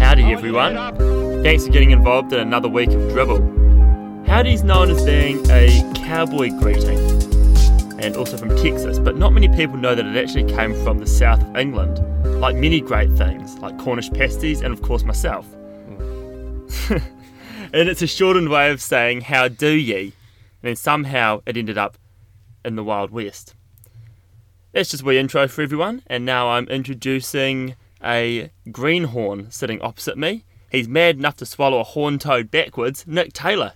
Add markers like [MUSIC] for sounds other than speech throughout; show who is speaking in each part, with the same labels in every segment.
Speaker 1: everyone. Thanks for getting involved in another week of Dribble. Howdy's known as being a cowboy greeting and also from Texas, but not many people know that it actually came from the south of England, like many great things, like Cornish pasties and, of course, myself. [LAUGHS] and it's a shortened way of saying, How do ye? And then somehow it ended up in the Wild West. That's just we intro for everyone, and now I'm introducing a greenhorn sitting opposite me. He's mad enough to swallow a horn toad backwards, Nick Taylor.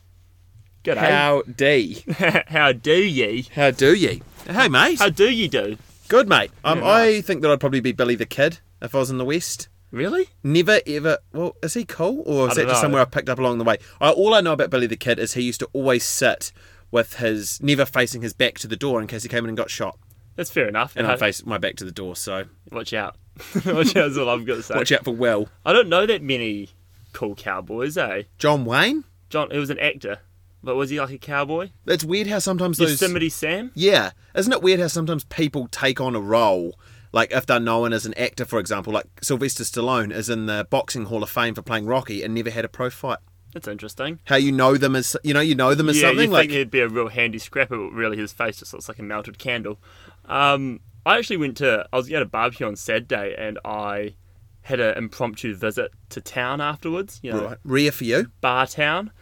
Speaker 1: G'day.
Speaker 2: How D.
Speaker 1: [LAUGHS] How, do ye?
Speaker 2: How do ye? Hey, mate.
Speaker 1: How do you do?
Speaker 2: Good, mate. Um, I think that I'd probably be Billy the Kid if I was in the West.
Speaker 1: Really?
Speaker 2: Never ever. Well, is he cool or
Speaker 1: I
Speaker 2: is that
Speaker 1: don't
Speaker 2: just
Speaker 1: know.
Speaker 2: somewhere I picked up along the way? I, all I know about Billy the Kid is he used to always sit with his never facing his back to the door in case he came in and got shot.
Speaker 1: That's fair enough.
Speaker 2: And
Speaker 1: How-
Speaker 2: I face my back to the door, so
Speaker 1: Watch out. [LAUGHS] Watch out is all I've got to say.
Speaker 2: watch out for Will.
Speaker 1: I don't know that many cool cowboys, eh?
Speaker 2: John Wayne.
Speaker 1: John, he was an actor, but was he like a cowboy?
Speaker 2: That's weird how sometimes those.
Speaker 1: Yosemite Sam?
Speaker 2: Yeah. Isn't it weird how sometimes people take on a role? Like if they're known as an actor, for example, like Sylvester Stallone is in the Boxing Hall of Fame for playing Rocky and never had a pro fight.
Speaker 1: That's interesting.
Speaker 2: How you know them as you know you know them as
Speaker 1: yeah,
Speaker 2: something
Speaker 1: you'd
Speaker 2: like
Speaker 1: think he'd be a real handy scrapper, but really his face just looks like a melted candle. Um, I actually went to, I was at a barbecue on Saturday and I had an impromptu visit to town afterwards, you know,
Speaker 2: right, rare for you.
Speaker 1: bar town,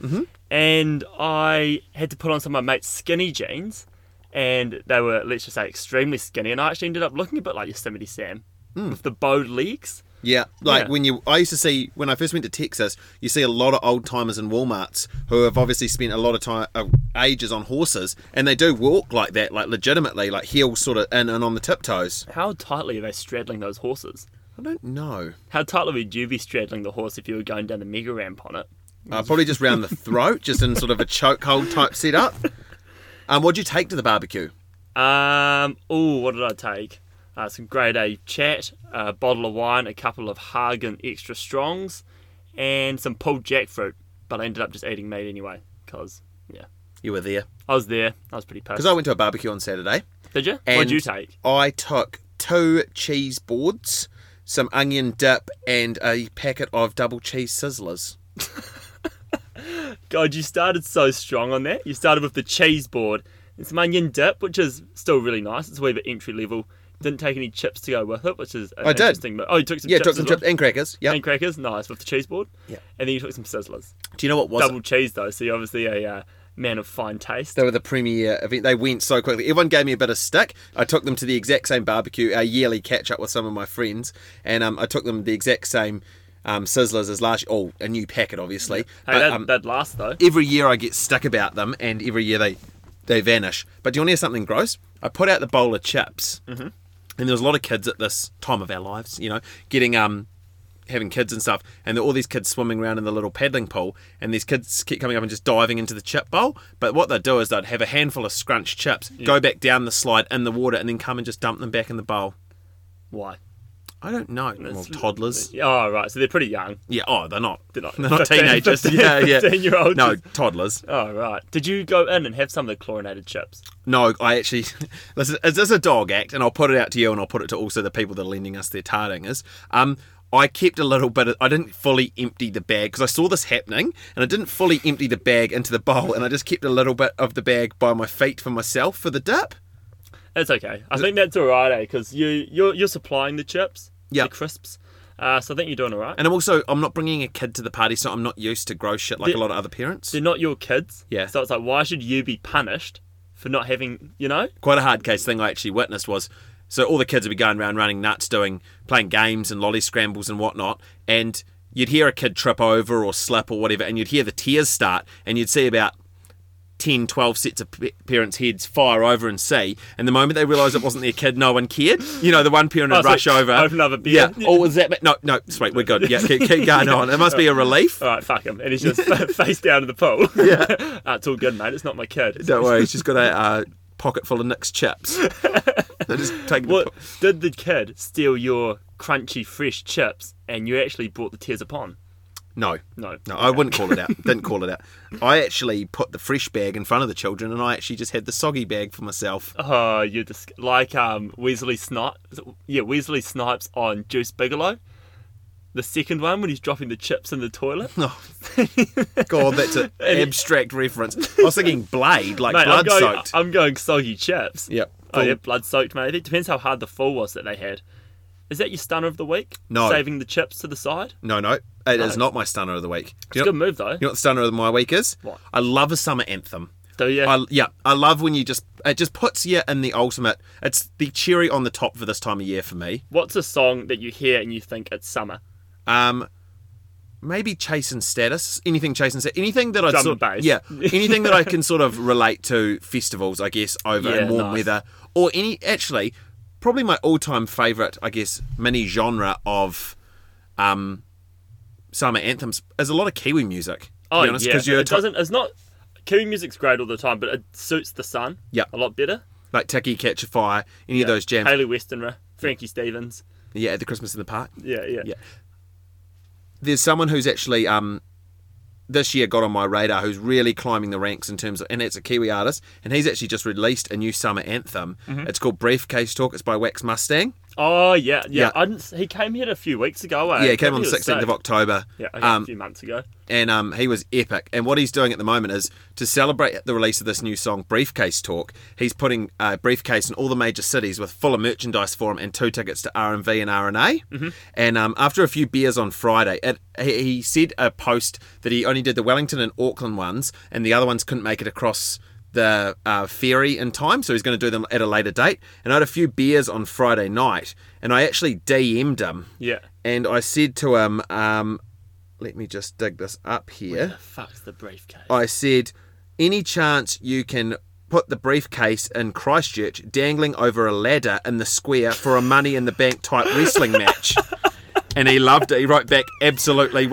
Speaker 1: and I had to put on some of my mate's skinny jeans, and they were let's just say extremely skinny, and I actually ended up looking a bit like Yosemite Sam with the bowed legs.
Speaker 2: Yeah, like
Speaker 1: Yeah.
Speaker 2: when you I used to see when I first went to Texas, you see a lot of old timers in WalMarts who have obviously spent a lot of time uh, ages on horses, and they do walk like that, like legitimately, like heels sort of in and on the tiptoes.
Speaker 1: How tightly are they straddling those horses?
Speaker 2: I don't know.
Speaker 1: How tightly would you be straddling the horse if you were going down the mega ramp on it?
Speaker 2: Uh, probably just round the throat, just in sort of a chokehold type setup. Um, what'd you take to the barbecue?
Speaker 1: Um, oh, what did I take? Uh, some grade A chat, a bottle of wine, a couple of Hagen extra strongs, and some pulled jackfruit. But I ended up just eating meat anyway, cause yeah,
Speaker 2: You were there
Speaker 1: I was there. I was pretty pissed.
Speaker 2: because I went to a barbecue on Saturday.
Speaker 1: Did you?
Speaker 2: And
Speaker 1: What'd you take?
Speaker 2: I took two cheese boards, some onion dip, and a packet of double cheese sizzlers.
Speaker 1: God, you started so strong on that. You started with the cheese board and some onion dip, which is still really nice. It's a wee bit entry level. Didn't take any chips to go with it, which is an
Speaker 2: I did.
Speaker 1: interesting. mo- Oh, you took some
Speaker 2: Yeah,
Speaker 1: chips
Speaker 2: took some
Speaker 1: as well?
Speaker 2: chips and crackers. Yeah.
Speaker 1: and crackers. Nice with the cheese board.
Speaker 2: Yeah.
Speaker 1: And then you took some sizzlers.
Speaker 2: Do you know what was?
Speaker 1: Double cheese though, so you're obviously a uh, man of fine taste.
Speaker 2: They were the premier event. They went so quickly. Everyone gave me a bit of stick. I took them to the exact same barbecue, a yearly catch up with some of my friends, and um, I took them the exact same um, sizzlers as last. Oh, a new packet, obviously.
Speaker 1: Hey,
Speaker 2: But,
Speaker 1: that,
Speaker 2: um,
Speaker 1: that last though.
Speaker 2: every year I get stuck about them, and every year they they vanish. But do you want to hear something gross? I put out the bowl of chips, mm-hmm. and there was a lot of kids at this time of our lives, you know, getting um having kids and stuff, and there were all these kids swimming around in the little paddling pool, and these kids keep coming up and just diving into the chip bowl. But what they'd do is they'd have a handful of scrunched chips, go back down the slide in the water, and then come and just dump them back in the bowl.
Speaker 1: Why?
Speaker 2: I don't know. Well, toddlers.
Speaker 1: Oh right, so they're pretty young.
Speaker 2: Yeah, oh, they're not.
Speaker 1: They're not-
Speaker 2: They're not
Speaker 1: 15,
Speaker 2: teenagers.
Speaker 1: 15,
Speaker 2: yeah, yeah.
Speaker 1: 15-year-olds.
Speaker 2: No, toddlers.
Speaker 1: Oh right. Did you go in and have some of the chlorinated chips?
Speaker 2: No, I actually. [LAUGHS] This is, is this a dog act? And I'll put it out to you, and I'll put it to also the people that are lending us their tardingers. Um, I kept a little bit. Of, I didn't fully empty the bag because I saw this happening, and I didn't fully empty the bag into the bowl, and I just kept a little bit of the bag by my feet for myself for the dip.
Speaker 1: That's okay. I think that's all right, eh? Because you you're, you're supplying the chips,
Speaker 2: Yeah.
Speaker 1: the crisps. Uh, so I think you're doing all right.
Speaker 2: And I'm also I'm not bringing a kid to the party, so I'm not used to gross shit like
Speaker 1: The-
Speaker 2: a lot of other parents.
Speaker 1: They're not your kids.
Speaker 2: Yeah.
Speaker 1: So it's like, why should you be punished for not having, you know?
Speaker 2: quite a hard case thing I actually witnessed was so all the kids would be going around running nuts, doing playing games and lolly scrambles and whatnot, and you'd hear a kid trip over or slip or whatever, and you'd hear the tears start, and you'd see about 10, 12 sets of p- parents' heads fire over and see, and the moment they realised it wasn't their kid, no one cared. You know, the one parent would
Speaker 1: Oh, so
Speaker 2: rush over.
Speaker 1: open another beer.
Speaker 2: Yeah. Oh, was that? ma- No, no, sweet, we're good. Yeah, keep, keep going on. It must be a relief.
Speaker 1: All right, fuck him. And he's
Speaker 2: [LAUGHS]
Speaker 1: just [LAUGHS] face down in the pool. [LAUGHS] Yeah. uh, it's all good, mate. It's not my kid.
Speaker 2: Don't worry, she's got a uh, pocket full of Nick's chips. They're just taking the
Speaker 1: What did the kid steal your crunchy, fresh chips and you actually brought the tears upon?
Speaker 2: No.
Speaker 1: No.
Speaker 2: No, I wouldn't call
Speaker 1: [LAUGHS]
Speaker 2: it out. Didn't call it out. I actually put the fresh bag in front of the children and I actually just had the soggy bag for myself.
Speaker 1: Oh, you're dis- like um, Wesley Snipes. Yeah, Wesley Snipes on Juice Bigelow. The second one when he's dropping the chips in the
Speaker 2: [LAUGHS]
Speaker 1: toilet.
Speaker 2: Oh, God,
Speaker 1: [LAUGHS]
Speaker 2: that's an abstract reference. I was thinking blade, like
Speaker 1: Mate,
Speaker 2: blood
Speaker 1: I'm going,
Speaker 2: soaked.
Speaker 1: I'm going soggy chips.
Speaker 2: Yep.
Speaker 1: Oh,
Speaker 2: Full-
Speaker 1: yeah, blood soaked, mate. It depends how hard the full was that they had. Is that your stunner of the week?
Speaker 2: No.
Speaker 1: Saving the chips to the side?
Speaker 2: No, no, it is not my stunner of the week.
Speaker 1: It's a
Speaker 2: Do you, know,
Speaker 1: good move, though.
Speaker 2: you know what the stunner of my week is?
Speaker 1: What?
Speaker 2: I love a summer anthem.
Speaker 1: Do you?
Speaker 2: I, yeah, I love when you just it just puts you in the ultimate. It's the cherry on the top for this time of year for me.
Speaker 1: What's a song that you hear and you think it's summer?
Speaker 2: Um, maybe chasing status, anything chasing status, anything that I
Speaker 1: Drum
Speaker 2: sort
Speaker 1: and bass.
Speaker 2: yeah, anything that I can sort of relate to festivals, I guess, over
Speaker 1: Yeah,
Speaker 2: in warm
Speaker 1: nice.
Speaker 2: weather or any actually probably my all-time favorite, I guess, mini genre of um summer anthems is a lot of Kiwi music. to
Speaker 1: Oh,
Speaker 2: be honest,
Speaker 1: yeah.
Speaker 2: 'cause you're
Speaker 1: it
Speaker 2: ta-
Speaker 1: doesn't. It's not. Kiwi music's great all the time, but it suits the sun.
Speaker 2: Yeah.
Speaker 1: A lot better.
Speaker 2: like Tiki Catch a Fire, any of those jams.
Speaker 1: Haley Westenra, Frankie Stevens.
Speaker 2: Yeah, at the Christmas in the Park.
Speaker 1: Yeah, yeah.
Speaker 2: Yeah. there's someone who's actually um, this year got on my radar who's really climbing the ranks in terms of, and it's a Kiwi artist, and he's actually just released a new summer anthem.
Speaker 1: Mm-hmm.
Speaker 2: It's called Briefcase Talk. It's by Wax Mustang.
Speaker 1: Oh, yeah, yeah.
Speaker 2: Yeah.
Speaker 1: I didn't, he came here a few weeks ago. eh?
Speaker 2: yeah, it came on
Speaker 1: He
Speaker 2: the
Speaker 1: was
Speaker 2: 16th
Speaker 1: sick.
Speaker 2: of October.
Speaker 1: Yeah, okay, a
Speaker 2: um,
Speaker 1: few months ago.
Speaker 2: and um, he was epic. And what he's doing at the moment is to celebrate the release of this new song, Briefcase Talk. He's putting a briefcase in all the major cities with full of merchandise for him and two tickets to R and V and R and A. And um, after a few beers on Friday, it, he, he said a post that he only did the Wellington and Auckland ones, and the other ones couldn't make it across. The uh, ferry in time, so he's going to do them at a later date. And I had a few beers on Friday night, and I actually DM'd him
Speaker 1: Yeah.
Speaker 2: and I said to him, um, let me just dig this up here.
Speaker 1: The fuck's the briefcase?
Speaker 2: I said, any chance you can put the briefcase in Christchurch dangling over a ladder in the square for a money in the bank type wrestling match? And he loved it. He wrote back, absolutely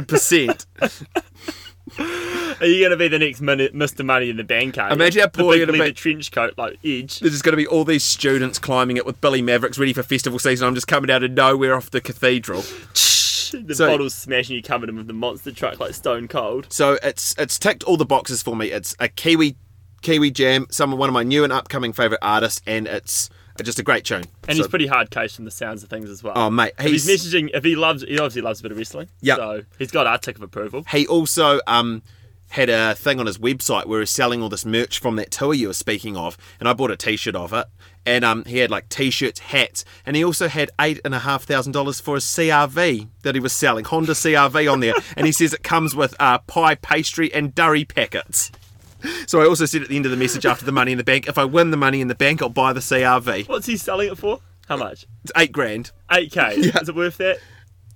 Speaker 2: 100%.
Speaker 1: Are you going to be the next mini- Mr. Money in the Bank? are you?
Speaker 2: Imagine how poor
Speaker 1: the
Speaker 2: you'd
Speaker 1: big
Speaker 2: have
Speaker 1: leather
Speaker 2: been.
Speaker 1: trench coat, like
Speaker 2: [LAUGHS]
Speaker 1: Edge.
Speaker 2: There's just going to be all these students climbing it with Billy Mavericks ready for festival season. I'm just coming out of nowhere off the cathedral.
Speaker 1: The
Speaker 2: So-
Speaker 1: bottle's smashing you, covered him with the monster truck like Stone Cold.
Speaker 2: So it's it's ticked all the boxes for me. It's a Kiwi Kiwi jam, some one of my new and upcoming favourite artists, and it's just a great tune.
Speaker 1: And
Speaker 2: So-
Speaker 1: he's pretty hard case from the sounds of things as well.
Speaker 2: oh mate,
Speaker 1: If he's
Speaker 2: he's,
Speaker 1: messaging, if he loves, he obviously loves a bit of wrestling.
Speaker 2: Yeah.
Speaker 1: So he's got our tick of approval.
Speaker 2: he also um had a thing on his website where he's selling all this merch from that tour you were speaking of, and I bought a T-shirt of it. And um, he had like T-shirts, hats, and he also had eight and a half thousand dollars for his CRV that he was selling, Honda CRV on there. and he says it comes with uh, pie, pastry, and durry packets. So I also said at the end of the message after the money in the bank, if I win the money in the bank, I'll buy the CRV.
Speaker 1: What's he selling it for? How much?
Speaker 2: It's eight grand. [LAUGHS]
Speaker 1: 8k. Is it worth that?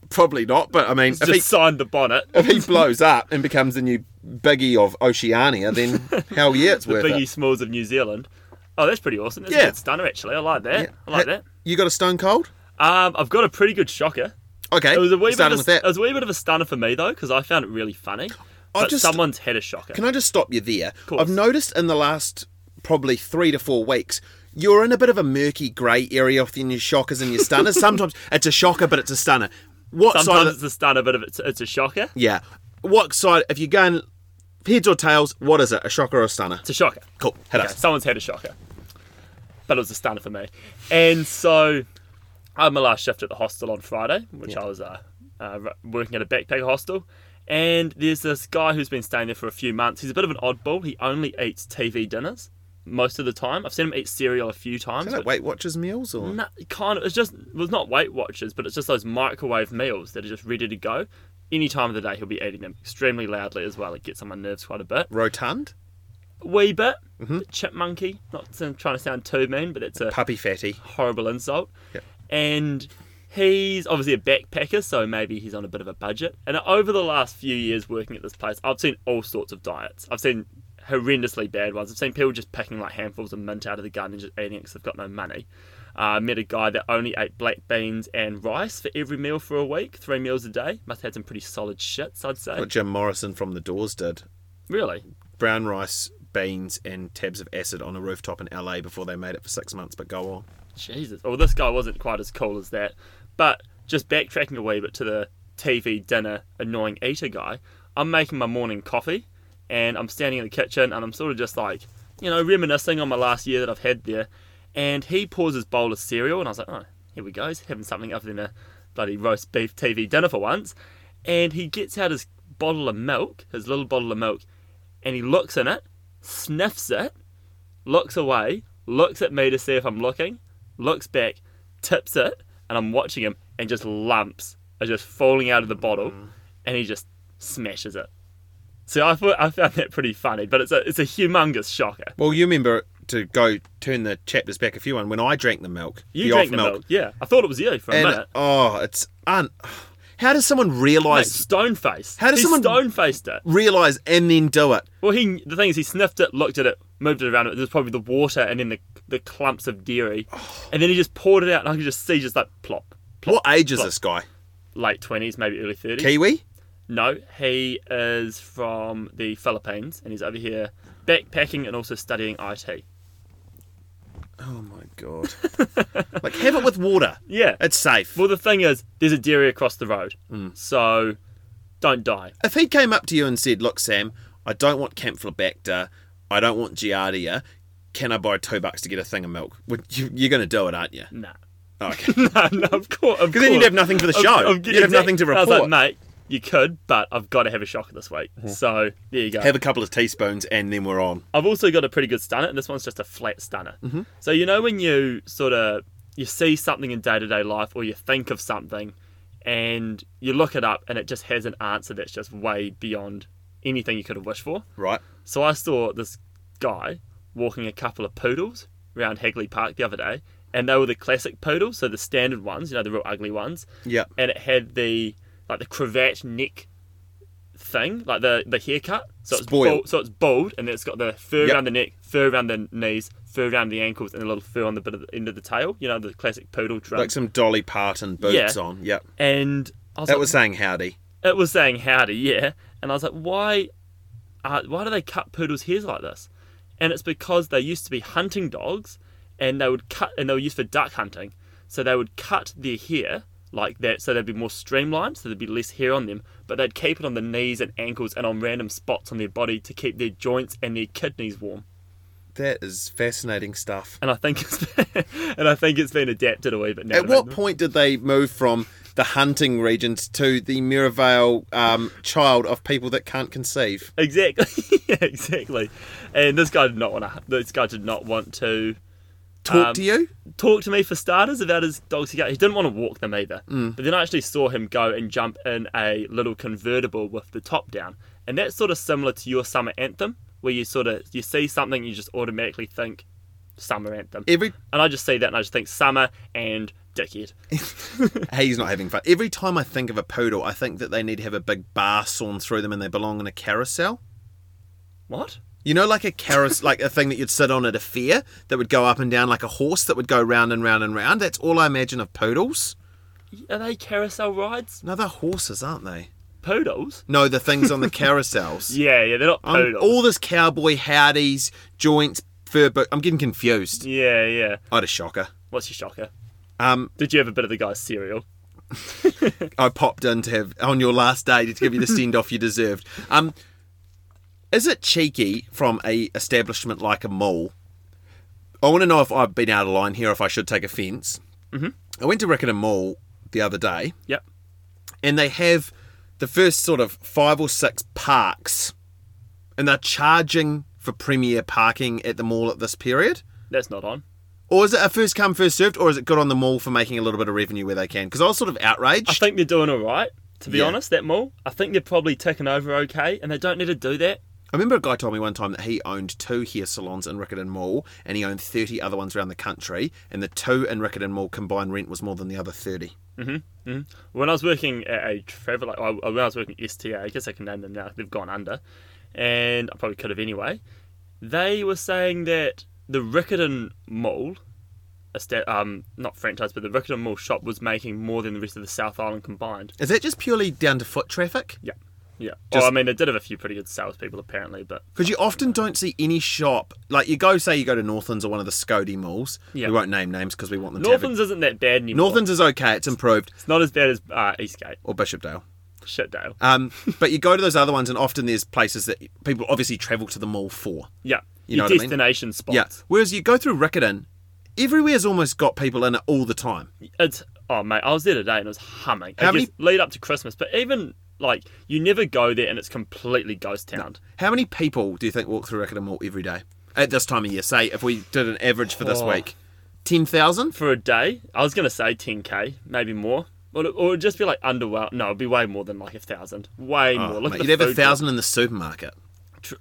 Speaker 2: Probably not, but I mean, if
Speaker 1: Just
Speaker 2: he,
Speaker 1: signed the bonnet.
Speaker 2: [LAUGHS] if he blows up and becomes the new biggie of
Speaker 1: [LAUGHS]
Speaker 2: Oceania, then hell yeah, it's worth
Speaker 1: Biggie
Speaker 2: it.
Speaker 1: Smalls of New Zealand. Oh, that's pretty awesome. That's a
Speaker 2: Yeah.
Speaker 1: good stunner, actually. I like that. I like that.
Speaker 2: You got a stone cold?
Speaker 1: Um, I've got a pretty good shocker.
Speaker 2: Okay,
Speaker 1: It was a wee, bit
Speaker 2: starting
Speaker 1: of a,
Speaker 2: with that.
Speaker 1: It was a wee bit of a stunner for me, though, because I found it really funny.
Speaker 2: I
Speaker 1: But
Speaker 2: just-
Speaker 1: someone's had a shocker.
Speaker 2: Can I just stop you there?
Speaker 1: course.
Speaker 2: I've noticed in the last probably three to four weeks, you're in a bit of a murky grey area within your shockers and
Speaker 1: [LAUGHS]
Speaker 2: your stunners. Sometimes it's a shocker, but it's a stunner. What side?
Speaker 1: Sometimes
Speaker 2: Of the,
Speaker 1: it's a stunner, but if it's, it's a shocker,
Speaker 2: yeah. What side? If you're going heads or tails, what is it? A shocker or a stunner?
Speaker 1: it's a shocker.
Speaker 2: Cool. Hit
Speaker 1: Okay,
Speaker 2: us.
Speaker 1: someone's had a shocker. But it was a stunner for me. And so I had my last shift at the hostel on Friday, which I was uh, uh, ru- working at a backpacker hostel. And there's this guy who's been staying there for a few months. He's a bit of an oddball. He only eats TV dinners most of the time. I've seen him eat cereal a few times.
Speaker 2: Is that
Speaker 1: but-
Speaker 2: Weight Watchers meals or?
Speaker 1: No, kind of. It's just well, it's not Weight Watchers, but it's just those microwave meals that are just ready to go. Any time of the day, he'll be eating them extremely loudly as well. It gets on my nerves quite a bit.
Speaker 2: Rotund?
Speaker 1: Wee bit, chipmunky. Not to- trying to sound too mean, but it's a
Speaker 2: Puppy fatty.
Speaker 1: horrible insult.
Speaker 2: Yep.
Speaker 1: And he's obviously a backpacker, so maybe he's on a bit of a budget. And over the last few years working at this place, I've seen all sorts of diets. I've seen horrendously bad ones. I've seen people just picking like handfuls of mint out of the gun and just eating it because they've got no money. Uh, I met a guy that only ate black beans and rice for every meal for a week, three meals a day. Must have had some pretty solid shits, I'd say.
Speaker 2: What Uh, Jim Morrison from The Doors did.
Speaker 1: Really?
Speaker 2: Brown rice, beans, and tabs of acid on a rooftop in LA before they made it for six months, but go on.
Speaker 1: Jesus. Well, this guy wasn't quite as cool as that. But just backtracking a wee bit to the TV dinner annoying eater guy, I'm making my morning coffee and I'm standing in the kitchen and I'm sort of just like, you know, reminiscing on my last year that I've had there. And he pours his bowl of cereal and I was like, oh, here we go. He's having something other than a bloody roast beef TV dinner for once, and he gets out his bottle of milk, his little bottle of milk, and he looks in it, sniffs it, looks away, looks at me to see if I'm looking, looks back, tips it, and I'm watching him, and just lumps are just falling out of the bottle,
Speaker 2: Mm.
Speaker 1: and he just smashes it. So I thought I found that pretty funny, but it's a it's a humongous shocker.
Speaker 2: Well, you remember to go turn the chapters back if you want. When I drank the milk,
Speaker 1: You
Speaker 2: the
Speaker 1: drank
Speaker 2: off
Speaker 1: the milk. yeah. I thought it was you for a
Speaker 2: and
Speaker 1: minute.
Speaker 2: oh, it's un. How does someone
Speaker 1: Mate,
Speaker 2: realize
Speaker 1: stone face.
Speaker 2: How does
Speaker 1: he
Speaker 2: someone-
Speaker 1: stone faced it?
Speaker 2: realize and then do it?
Speaker 1: Well, he the thing is, he sniffed it, looked at it, moved it around. It was probably the water and then the the clumps of dairy,
Speaker 2: Oh.
Speaker 1: and then he just poured it out, and I could just see just like plop,
Speaker 2: What age is this guy?
Speaker 1: late twenties, maybe early thirties.
Speaker 2: Kiwi?
Speaker 1: No, he is from the Philippines, and he's over here backpacking and also studying IT.
Speaker 2: Oh my god! like have it with water.
Speaker 1: Yeah. [LAUGHS]
Speaker 2: It's safe.
Speaker 1: Well, the thing is, there's a dairy across the road,
Speaker 2: Hmm.
Speaker 1: so don't die.
Speaker 2: if he came up to you and said, "Look, Sam, I don't want Campylobacter, I don't want Giardia. Can I borrow two bucks to get a thing of milk?" Would you, you're going to do it, aren't you? [LAUGHS] Oh,
Speaker 1: Nah. [LAUGHS]
Speaker 2: Okay.
Speaker 1: no, no, of course. Because
Speaker 2: then you'd have nothing for the show. You'd have nothing to
Speaker 1: I was
Speaker 2: report. Hmm.
Speaker 1: like, mate, you could, but I've got to have a shocker this week. So there you go.
Speaker 2: have a couple of teaspoons and then we're on.
Speaker 1: I've also got a pretty good stunner, and this one's just a flat stunner. So you know when you sort of you see something in day to day life, or you think of something, and you look it up, and it just has an answer that's just way beyond anything you could have wished for.
Speaker 2: Right.
Speaker 1: So I saw this guy walking a couple of poodles around Hagley Park the other day, and they were the classic poodles, so the standard ones, you know, the real ugly ones.
Speaker 2: Yeah.
Speaker 1: And it had the like the cravat neck thing, like the the haircut. So it's
Speaker 2: Spoiled.
Speaker 1: bald, so it's bald, and it's got the fur
Speaker 2: Yep.
Speaker 1: around the neck, fur around the knees, fur around the ankles, and a little fur on the bit of the end of the tail. You know, the classic poodle trunk.
Speaker 2: Like some Dolly Parton boots
Speaker 1: Yeah.
Speaker 2: on. Yep.
Speaker 1: and I was
Speaker 2: That
Speaker 1: like,
Speaker 2: was saying howdy.
Speaker 1: it was saying howdy, yeah. And I was like, why, uh, why do they cut poodles' hairs like this? And it's because they used to be hunting dogs, and they would cut, and they were used for duck hunting. So they would cut their hair like that, so they'd be more streamlined, so there'd be less hair on them. But they'd keep it on the knees and ankles and on random spots on their body to keep their joints and their kidneys warm.
Speaker 2: That is fascinating stuff.
Speaker 1: And I think it's, [LAUGHS] and I think it's been adapted a wee bit now.
Speaker 2: At
Speaker 1: to make
Speaker 2: what
Speaker 1: them-
Speaker 2: point did they move from the hunting regions to the Mirabelle um, child of people that can't conceive?
Speaker 1: Exactly, [LAUGHS] yeah, exactly. And this guy did not want to. This guy did not want to.
Speaker 2: Talk
Speaker 1: Um,
Speaker 2: to you?
Speaker 1: talk to me for starters about his dogs. He got- he didn't want to walk them either.
Speaker 2: Mm.
Speaker 1: But then I actually saw him go and jump in a little convertible with the top down, and that's sort of similar to your summer anthem, where you sort of you see something, you just automatically think summer anthem.
Speaker 2: Every
Speaker 1: and I just see that, and I just think summer and dickhead.
Speaker 2: Hey, he's not having fun. Every time I think of a poodle, I think that they need to have a big bar sawn through them and they belong in a carousel.
Speaker 1: What?
Speaker 2: You know, like
Speaker 1: [LAUGHS]
Speaker 2: a carousel, like a thing that you'd sit on at a fair that would go up and down, like a horse that would go round and round and round. That's all I imagine of poodles.
Speaker 1: Are they carousel rides?
Speaker 2: No, they're horses, aren't they?
Speaker 1: Poodles?
Speaker 2: No, the
Speaker 1: [LAUGHS]
Speaker 2: things on the carousels.
Speaker 1: Yeah, yeah, they're not
Speaker 2: I'm-
Speaker 1: poodles.
Speaker 2: all this cowboy howdies, joints, fur, but I'm getting confused.
Speaker 1: yeah, yeah.
Speaker 2: I had a shocker.
Speaker 1: What's your shocker?
Speaker 2: Um,
Speaker 1: Did you have a bit of the guy's cereal?
Speaker 2: I popped in to have on your last day to give you the send off you deserved. Um, is it cheeky from a establishment like a mall? I want to know if I've been out of line here, if I should take offense Mm-hmm. I went to Rickingham Mall the other day,
Speaker 1: Yep.
Speaker 2: and they have the first sort of five or six parks, and they're charging for premier parking at the mall at this period.
Speaker 1: That's not on.
Speaker 2: Or is it a first come first served, or is it good on the mall for making a little bit of revenue where they can? Because I was sort of
Speaker 1: I
Speaker 2: outraged.
Speaker 1: think they're doing all right. To be
Speaker 2: Yeah.
Speaker 1: honest, that mall. I think they're probably taking over okay, and they don't need to do that.
Speaker 2: I remember a guy told me one time that he owned two hair salons in Rickerton Mall, and he owned thirty other ones around the country, and the two in Rickerton Mall combined rent was more than the other thirty.
Speaker 1: When I was working at a travel, like, I- when I was working at STA, I guess I can name them now. They've gone under, and I probably could have anyway. They were saying that the Rickerton Mall, a sta- um, not franchise, but the Rickerton Mall shop was making more than the rest of the South Island combined.
Speaker 2: Is that just purely down to foot traffic?
Speaker 1: Yeah, yeah.
Speaker 2: Just-
Speaker 1: well, I mean, they did have a few pretty good salespeople apparently, but
Speaker 2: Because you often don't see any shop like you go say you go to Northlands or one of the Scody malls.
Speaker 1: Yeah.
Speaker 2: We won't name names because we want them. to have
Speaker 1: Northlands isn't that bad
Speaker 2: a-
Speaker 1: anymore.
Speaker 2: Northlands is okay. It's improved
Speaker 1: it's not as bad as uh, Eastgate,
Speaker 2: or Bishopdale.
Speaker 1: Shitdale.
Speaker 2: Um, but you go to those other ones, and often there's places that people obviously travel to the mall for.
Speaker 1: Yeah,
Speaker 2: You know
Speaker 1: your
Speaker 2: what I mean?
Speaker 1: destination
Speaker 2: Yeah.
Speaker 1: spots.
Speaker 2: Whereas you go through Rickerton, everywhere's almost got people in it all the time.
Speaker 1: It's Oh mate, I was there today and it was humming. I
Speaker 2: How
Speaker 1: guess lead up to Christmas, but even like you never go there and it's completely ghost town.
Speaker 2: How many people do you think walk through Rickingham Mall every day at this time of year? Say, if we did an average for this
Speaker 1: Oh.
Speaker 2: week, 10,000?
Speaker 1: For a day, I was gonna say 10k, maybe more. Or it, or it'd just be like underwhelmed. No, it'd be way more than like a thousand. Way more. Oh, Look
Speaker 2: Oh, Mate,
Speaker 1: at the
Speaker 2: you'd have a
Speaker 1: food
Speaker 2: thousand in the supermarket.
Speaker 1: Tr-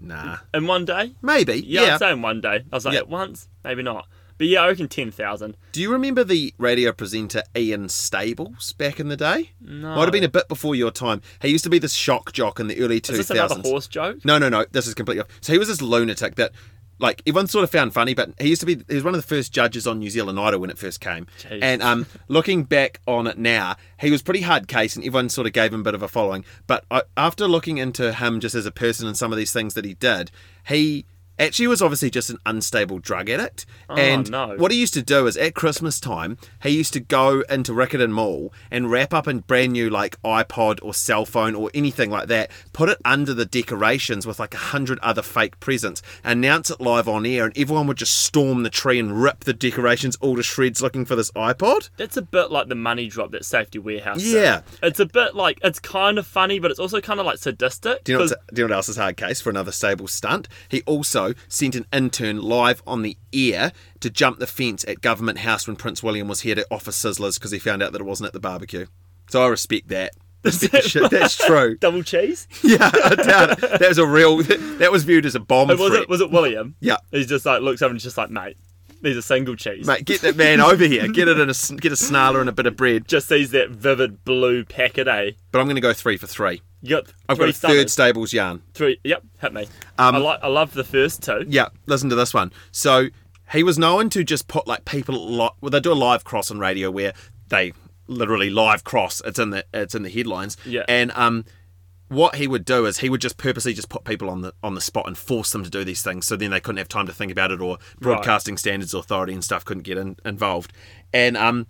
Speaker 2: Nah.
Speaker 1: in one day.
Speaker 2: Maybe.
Speaker 1: Yeah,
Speaker 2: Yeah.
Speaker 1: I'd say in one day. I was like
Speaker 2: Yeah.
Speaker 1: at once, maybe not. But yeah, I reckon ten thousand.
Speaker 2: Do you remember the radio presenter Ian Stables back in the day?
Speaker 1: No.
Speaker 2: Might have been a bit before your time. He used to be this shock jock in the early 2000s.
Speaker 1: Is this another horse joke?
Speaker 2: No, no, no. This is completely off. So he was this lunatic that, like, everyone sort of found funny, but he used to be. He was one of the first judges on New Zealand Idol when it first came.
Speaker 1: Jeez.
Speaker 2: And um, looking back on it now, he was pretty hard case, and everyone sort of gave him a bit of a following. But I, after looking into him just as a person and some of these things that he did, he actually was obviously just an unstable drug addict. and
Speaker 1: no.
Speaker 2: what he used to do is at Christmas time, he used to go into Rickerton Mall and wrap up in brand new like iPod or cell phone or anything like that, put it under the decorations with like a hundred other fake presents, announce it live on air, and everyone would just storm the tree and rip the decorations all to shreds looking for this iPod.
Speaker 1: That's a bit like the money drop that Safety Warehouse. did.
Speaker 2: Yeah.
Speaker 1: it's a bit like it's kind of funny, but it's also kind of like sadistic.
Speaker 2: Do you, know
Speaker 1: 'cause-
Speaker 2: what's, do you know what else is hard case for another stable stunt? He also sent an intern live on the air to jump the fence at Government House when Prince William was here to offer sizzlers because he found out that it wasn't at the barbecue. So I
Speaker 1: [LAUGHS]
Speaker 2: respect that. Respect the shit. That's true. [LAUGHS]
Speaker 1: double cheese?
Speaker 2: Yeah, I doubt it. That was a real. [LAUGHS] That, that was viewed as a bomb
Speaker 1: Oh, was
Speaker 2: threat.
Speaker 1: it was it William?
Speaker 2: Yeah.
Speaker 1: he's just like looks over and just like mate, these are single cheese.
Speaker 2: [LAUGHS] Mate, get that man over here. Get it in a s- get a snarler and a bit of bread.
Speaker 1: Just sees that vivid blue packet, eh?
Speaker 2: But I'm going to go three for three.
Speaker 1: You got
Speaker 2: I've
Speaker 1: three
Speaker 2: got a third
Speaker 1: summers.
Speaker 2: stables yarn.
Speaker 1: Three. Yep, hit me.
Speaker 2: Um,
Speaker 1: I like. I love the first two.
Speaker 2: Yeah, listen to this one. So he was known to just put like people li- well they do a live cross on radio where they literally live cross. It's in the it's in the headlines.
Speaker 1: Yeah.
Speaker 2: And um what he would do is he would just purposely just put people on the on the spot and force them to do these things so then they couldn't have time to think about it or broadcasting standards authority and stuff couldn't get in, involved. And um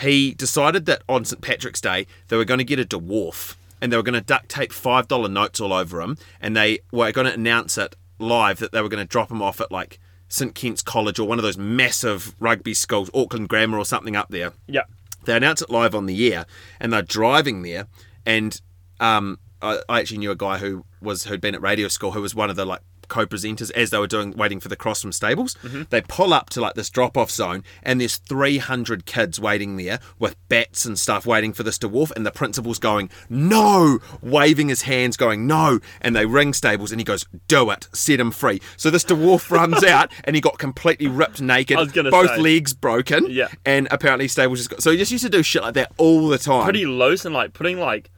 Speaker 2: he decided that on St Patrick's Day they were going to get a dwarf and they were going to duct tape five dollar notes all over him and they were going to announce it live that they were going to drop him off at like St Kent's College or one of those massive rugby schools, Auckland Grammar or something up there
Speaker 1: Yeah.
Speaker 2: they announce it live on the air and they're driving there and um, I, I actually knew a guy who was who'd been at radio school who was one of the like co-presenters as they were doing waiting for the cross from stables
Speaker 1: Mm-hmm.
Speaker 2: they pull up to like this drop-off zone and there's 300 kids waiting there with bats and stuff waiting for this dwarf and the principal's going no waving his hands going no and they ring stables and he goes do it set him free so this
Speaker 1: [LAUGHS]
Speaker 2: dwarf runs out and he got completely ripped naked
Speaker 1: I was gonna
Speaker 2: both
Speaker 1: say.
Speaker 2: legs broken
Speaker 1: Yeah.
Speaker 2: and apparently Stables just got so he just used to do shit like that all the time.
Speaker 1: pretty loose and like putting like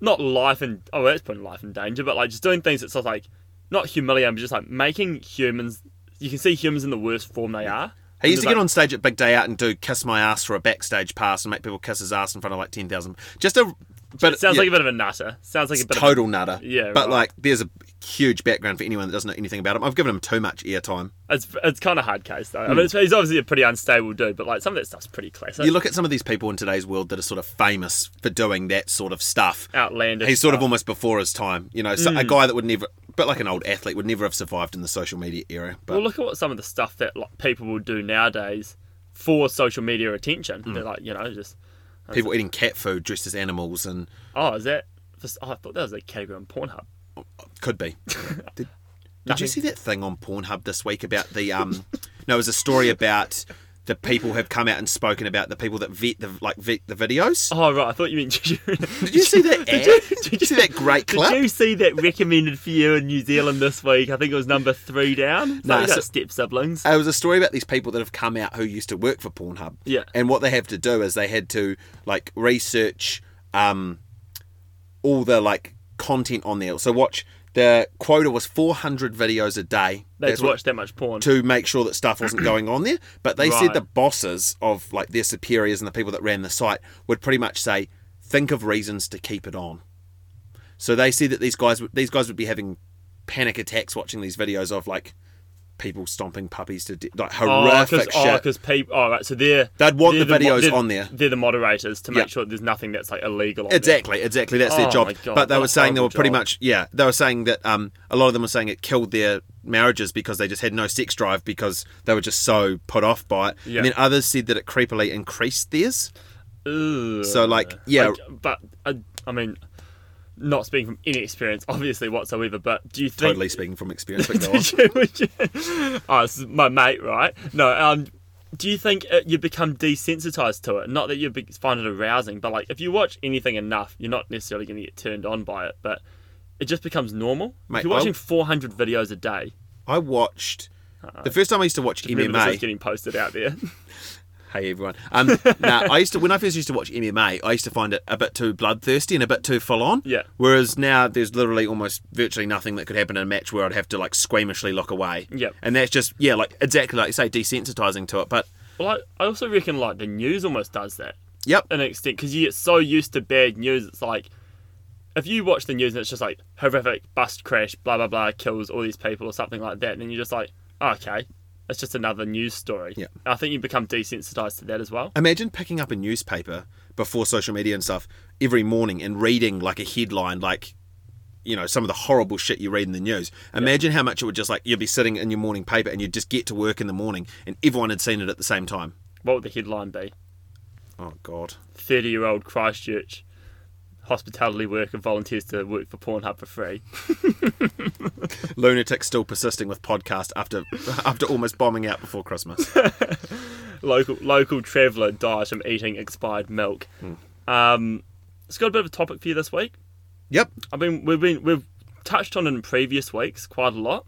Speaker 1: not life in oh that's putting life in danger, but like just doing things that's just, like not humiliating, but just like making humans. You can see humans in the worst form they are.
Speaker 2: he used to
Speaker 1: Like,
Speaker 2: get on stage at Big Day Out and do "Kiss My Ass" for a backstage pass and make people kiss his ass in front of like ten thousand. Just a but
Speaker 1: It sounds
Speaker 2: yeah,
Speaker 1: like a bit of a nutter. Sounds like a bit
Speaker 2: total nutter.
Speaker 1: Yeah,
Speaker 2: but
Speaker 1: right.
Speaker 2: like there's a huge background for anyone that doesn't know anything about him. I've given him too much airtime.
Speaker 1: of. It's it's kind of hard case though. I mean, it's, he's obviously a pretty unstable dude, but like some of that stuff's pretty classic.
Speaker 2: Hmm. You look at some of these people in today's world that are sort of famous for doing that sort of stuff.
Speaker 1: outlandish.
Speaker 2: He's sort of
Speaker 1: stuff.
Speaker 2: almost before his time, you know. So
Speaker 1: Mm.
Speaker 2: a guy that would never, but like an old athlete, would never have survived in the social media era. But
Speaker 1: Well, look at what some of the stuff that like, people will do nowadays for social media attention.
Speaker 2: Hmm.
Speaker 1: They're like, you know, just
Speaker 2: people eating cat food dressed as animals and
Speaker 1: oh, is that? Just, oh, I thought that was a category on Pornhub.
Speaker 2: Could be. [LAUGHS] Did, did you see that thing on Pornhub this week about the um? no, it was a story about the people have come out and spoken about the people that vet the like vet the videos.
Speaker 1: Oh [LAUGHS] right, I thought you meant.
Speaker 2: Did you see
Speaker 1: [LAUGHS]
Speaker 2: that? Ad? Did, you, see that great clip?
Speaker 1: Did you see that recommended for you in New Zealand this week? I think it was number three down.
Speaker 2: No,
Speaker 1: No,
Speaker 2: so-
Speaker 1: about step siblings.
Speaker 2: It was a story about these people that have come out who used to work for Pornhub.
Speaker 1: Yeah.
Speaker 2: And what they have to do is they had to like research um all the like content on there. So watch the quota was 400 videos a day.
Speaker 1: They
Speaker 2: That's
Speaker 1: watched
Speaker 2: what-
Speaker 1: that much porn.
Speaker 2: to make sure that stuff wasn't going on there. But they said
Speaker 1: Right.
Speaker 2: the bosses of like their superiors and the people that ran the site would pretty much say, think of reasons to keep it on. So they said that these guys would these guys would be having panic attacks watching these videos of like people stomping puppies to de- like
Speaker 1: Oh,
Speaker 2: horrific shit.
Speaker 1: because people. All right, so they're
Speaker 2: They'd want
Speaker 1: they're
Speaker 2: the
Speaker 1: mo-
Speaker 2: videos
Speaker 1: they're-
Speaker 2: on there.
Speaker 1: They're the moderators to make
Speaker 2: Yeah.
Speaker 1: sure that there's nothing that's like illegal. On there.
Speaker 2: Exactly, exactly. That's their
Speaker 1: Oh
Speaker 2: job.
Speaker 1: my God,
Speaker 2: but they
Speaker 1: what
Speaker 2: were
Speaker 1: a
Speaker 2: saying they were
Speaker 1: horrible
Speaker 2: pretty
Speaker 1: job.
Speaker 2: much yeah. They were saying that um, a lot of them were saying it killed their marriages because they just had no sex drive because they were just so put off by it.
Speaker 1: Yeah.
Speaker 2: And then others said that it creepily increased theirs.
Speaker 1: Ugh.
Speaker 2: So, like, yeah.
Speaker 1: Like, but I, I mean, not speaking from any experience, [LAUGHS] obviously whatsoever. But do you think? [LAUGHS]
Speaker 2: Totally speaking from experience, but go on.
Speaker 1: Did you- would you- oh, this is my mate, right? No, um, do you think it, you become desensitized to it? Not that you be, find it arousing, but like if you watch anything enough, you're not necessarily going to get turned on by it, but it just becomes normal.
Speaker 2: Mate,
Speaker 1: if you're watching
Speaker 2: I'll-
Speaker 1: 400 videos a day,
Speaker 2: I watched
Speaker 1: Uh,
Speaker 2: the first time I used to watch
Speaker 1: remember this is
Speaker 2: MMA.
Speaker 1: getting posted out there.
Speaker 2: Hey everyone.
Speaker 1: [LAUGHS]
Speaker 2: Um, nah, I used to when I first used to watch MMA, I used to find it a bit too bloodthirsty and a bit too full on.
Speaker 1: Yeah.
Speaker 2: Whereas now there's literally almost virtually nothing that could happen in a match where I'd have to like squeamishly look away.
Speaker 1: Yep.
Speaker 2: And that's just yeah, like exactly like you say, desensitizing to it. But
Speaker 1: [LAUGHS] well, I, I also reckon like the news almost does that.
Speaker 2: yep,
Speaker 1: an extent because you get so used to bad news. It's like if you watch the news and it's just like horrific bus crash, blah blah blah, kills all these people or something like that, and then you're just like, oh, okay, it's just another news story.
Speaker 2: Yeah.
Speaker 1: I think you become desensitized to that as well.
Speaker 2: Imagine picking up a newspaper before social media and stuff every morning and reading like a headline, like, you know, some of the horrible shit you read in the news. Imagine how much it would just like, you'd be sitting in your morning paper and you'd just get to work in the morning and everyone had seen it at the same time.
Speaker 1: What would the headline be?
Speaker 2: Oh, God.
Speaker 1: Thirty-year-old Christchurch hospitality worker volunteers to work for Pornhub for free.
Speaker 2: Lunatic still persisting with podcast after [LAUGHS] after almost bombing out before Christmas.
Speaker 1: local local traveller dies from eating expired milk.
Speaker 2: Hmm.
Speaker 1: Um, it's got a bit of a topic for you this week.
Speaker 2: yep.
Speaker 1: I mean, we've been we've touched on it in previous weeks quite a lot,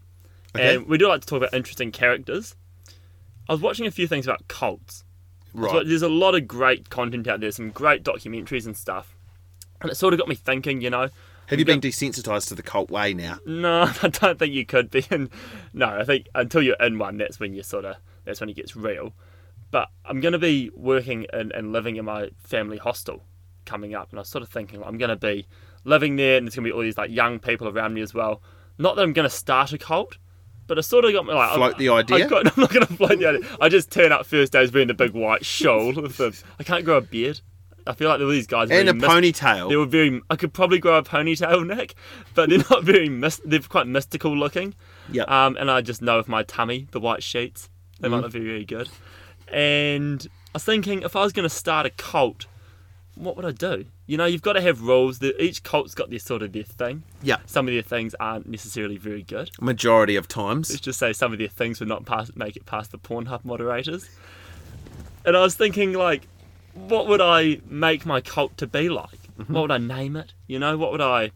Speaker 2: Okay.
Speaker 1: and we do like to talk about interesting characters. I was watching a few things about cults. So
Speaker 2: Right.
Speaker 1: there's a lot of great content out there, some great documentaries and stuff, and it sort of got me thinking. You know,
Speaker 2: Have you been desensitized to the cult way now?
Speaker 1: no, [LAUGHS] I don't think you could be. in no, I think until you're in one, that's when you sort of that's when it gets real. But I'm going to be working and, and living in my family hostel coming up, and I was sort of thinking I'm going to be living there, and there's going to be all these like young people around me as well. Not that I'm going to start a cult, but it sort of got me like I-
Speaker 2: Float the
Speaker 1: I-
Speaker 2: idea?
Speaker 1: I got, [LAUGHS] I'm not going to float the idea. I just turn up first days wearing the big white shawl. with the- I can't grow a beard. I feel like all these guys
Speaker 2: And
Speaker 1: really
Speaker 2: a
Speaker 1: mis-
Speaker 2: ponytail.
Speaker 1: they were very. I could probably grow a ponytail, [LAUGHS] Nick, but they're not very. Mis- they're quite mystical looking.
Speaker 2: Yep. Mm.
Speaker 1: Um, and I just know of my tummy, the white sheets. They might not be very good. And I was thinking, if I was going to start a cult, what would I do? You know, you've got to have rules. That each cult's got their sort of their thing.
Speaker 2: yeah.
Speaker 1: Some of their things aren't necessarily very good.
Speaker 2: Majority of
Speaker 1: [LAUGHS]
Speaker 2: times.
Speaker 1: Let's just say some of their things would not pass, make it past the Pornhub moderators. And I was thinking, like, what would I make my cult to be like? What would I name it? You know, what would I?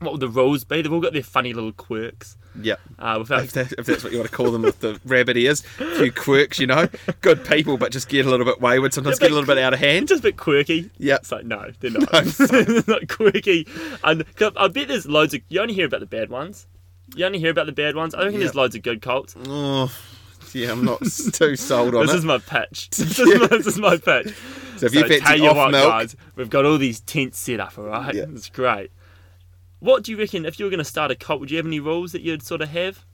Speaker 1: What would the rules be? They've all got their funny little quirks.
Speaker 2: Yep.
Speaker 1: Uh, without
Speaker 2: if, that, if that's what you want to call them with the rabbit ears, a few quirks, you know, good people, but just get a little bit wayward, sometimes
Speaker 1: Yeah,
Speaker 2: get a little
Speaker 1: but-
Speaker 2: bit out
Speaker 1: [LAUGHS]
Speaker 2: of hand.
Speaker 1: just a bit quirky.
Speaker 2: Yep.
Speaker 1: It's like [LAUGHS] no, they're not. they're not quirky. And 'cause I bet there's loads of. You only hear about the bad ones. You only hear about the bad ones. I reckon
Speaker 2: Yeah.
Speaker 1: there's loads of good cults.
Speaker 2: Oh, yeah, I'm not s- too sold on
Speaker 1: This
Speaker 2: it.
Speaker 1: is my [LAUGHS] pitch. This is my, this is my pitch.
Speaker 2: so if you
Speaker 1: so tell
Speaker 2: fancy
Speaker 1: you
Speaker 2: off
Speaker 1: what,
Speaker 2: milk,
Speaker 1: guys, we've got all these tents set up, all right?
Speaker 2: Yeah.
Speaker 1: It's great. What do you reckon? If you were going to start a cult, would you have any rules that you'd sort of have?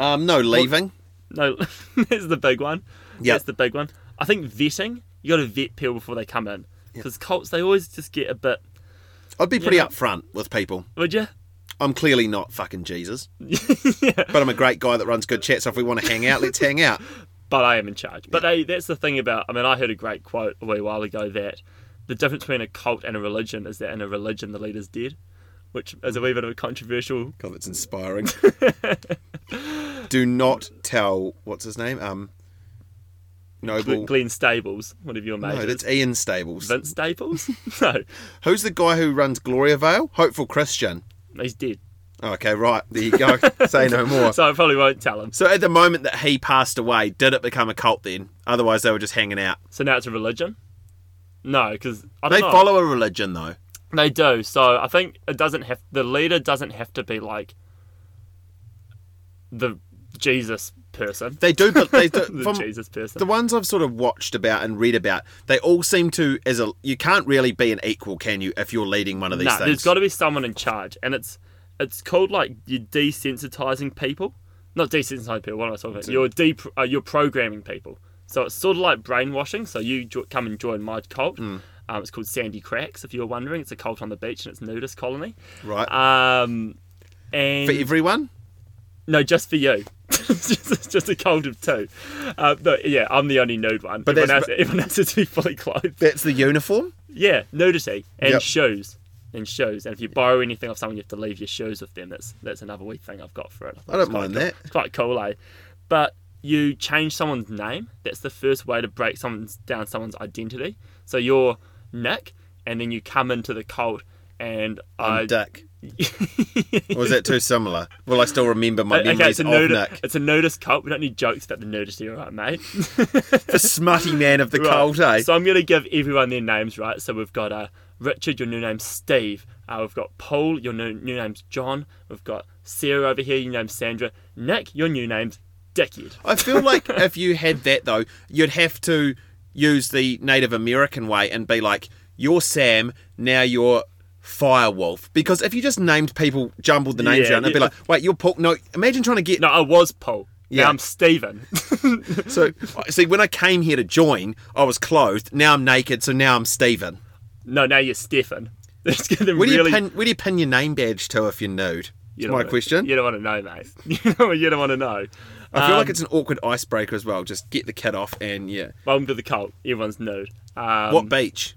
Speaker 2: um, no leaving.
Speaker 1: No, [LAUGHS] that's the big one.
Speaker 2: Yeah.
Speaker 1: that's the big one. I think vetting. You got to vet people before they come in, because cults they always just get a bit.
Speaker 2: I'd be pretty
Speaker 1: Yeah.
Speaker 2: upfront with people.
Speaker 1: Would you?
Speaker 2: I'm clearly not fucking
Speaker 1: [LAUGHS]
Speaker 2: Jesus, but I'm a great guy that runs good chats. So if we want to hang out, let's
Speaker 1: [LAUGHS]
Speaker 2: hang out.
Speaker 1: but I am in charge. But they, that's the thing about. I mean, I heard a great quote a wee while ago that the difference between a cult and a religion is that in a religion the leader's dead, which is a wee bit of a controversial.
Speaker 2: God,
Speaker 1: [LAUGHS]
Speaker 2: that's inspiring. Do not tell what's his name. Um, Noble.
Speaker 1: Glenn Stables, one of your
Speaker 2: no,
Speaker 1: majors.
Speaker 2: that's Ian Stables. [LAUGHS]
Speaker 1: Vince Staples? [LAUGHS] no,
Speaker 2: Who's the guy who runs Gloria Vale? Hopeful Christian.
Speaker 1: he's dead.
Speaker 2: Okay, right. There
Speaker 1: [LAUGHS]
Speaker 2: you go. Say no more.
Speaker 1: So I probably won't tell him.
Speaker 2: So at the moment that he passed away, did it become a cult then? Otherwise, they were just hanging out.
Speaker 1: So now it's a religion. No, because I don't
Speaker 2: They
Speaker 1: know.
Speaker 2: follow a religion, though.
Speaker 1: They do. So I think it doesn't have the leader doesn't have to be like the Jesus person.
Speaker 2: They do, but they do,
Speaker 1: [LAUGHS] The
Speaker 2: from
Speaker 1: Jesus person.
Speaker 2: the ones I've sort of watched about and read about, they all seem to as a you can't really be an equal, can you? If you're leading one of these
Speaker 1: No, there's
Speaker 2: things,
Speaker 1: got to be someone in charge, and it's it's called like you're desensitizing people, not desensitizing people. What am I talking about? You're de- uh, you're programming people, so it's sort of like brainwashing. So you jo- come and join my cult.
Speaker 2: Hmm.
Speaker 1: Um, it's called Sandy Cracks. If you were wondering, it's a cult on the beach and it's a nudist colony.
Speaker 2: right?
Speaker 1: Um, and
Speaker 2: For everyone,
Speaker 1: no, just for you. [LAUGHS] it's just, it's just a cold of two. Uh, no, yeah, I'm the only nude one. But everyone,
Speaker 2: that's-
Speaker 1: else, everyone else is to be fully clothed.
Speaker 2: That's the uniform.
Speaker 1: Yeah, nudity and
Speaker 2: Yep.
Speaker 1: shoes. And shoes. And if you borrow anything off someone, you have to leave your shoes with them. That's that's another wee thing I've got for it.
Speaker 2: I
Speaker 1: It's
Speaker 2: don't
Speaker 1: quite
Speaker 2: mind
Speaker 1: cool.
Speaker 2: that.
Speaker 1: It's quite cool, eh? But you change someone's name. That's the first way to break someone's down someone's identity. So you're Nick, and then you come into the cult, and
Speaker 2: I'm
Speaker 1: I
Speaker 2: Dick.
Speaker 1: [LAUGHS]
Speaker 2: Or is that too similar? Will I still remember my
Speaker 1: Okay, it's
Speaker 2: memories
Speaker 1: a, nerd,
Speaker 2: of Nick?
Speaker 1: it's a nerdist cult. We don't need jokes about the nerdist, all right, mate? [LAUGHS]
Speaker 2: The smutty man of the cult, eh?
Speaker 1: Right, So I'm going to give everyone their names, right? So we've got uh, Richard, your new name's Steve. Uh, we've got Paul, your new, new name's John. We've got Sarah over here, your name's Sandra. Nick, your new name's Dickhead.
Speaker 2: I feel like if you had that though, you'd have to use the Native American way and be like, "You're Sam, now you're Firewolf." Because if you just named people, jumbled the names
Speaker 1: Yeah,
Speaker 2: around, it'd be
Speaker 1: yeah.
Speaker 2: like, "Wait, you're Paul." No, imagine trying to get.
Speaker 1: No, I was Paul.
Speaker 2: Yeah.
Speaker 1: Now I'm Stephen. [LAUGHS]
Speaker 2: So see, when I came here to join, I was clothed. Now I'm naked, so now I'm Stephen.
Speaker 1: no, now you're Stefan. [LAUGHS] That's gonna
Speaker 2: Where do
Speaker 1: really.
Speaker 2: you pin? Where do you pin your name badge to if you're nude?
Speaker 1: you
Speaker 2: That's
Speaker 1: don't
Speaker 2: my
Speaker 1: wanna-
Speaker 2: question.
Speaker 1: You don't want to know, mate. [LAUGHS] You don't, you don't want to know.
Speaker 2: I feel
Speaker 1: Um,
Speaker 2: like it's an awkward icebreaker as well. Just get the kid off and yeah.
Speaker 1: Welcome to the cult. Everyone's nude. Um,
Speaker 2: What beach?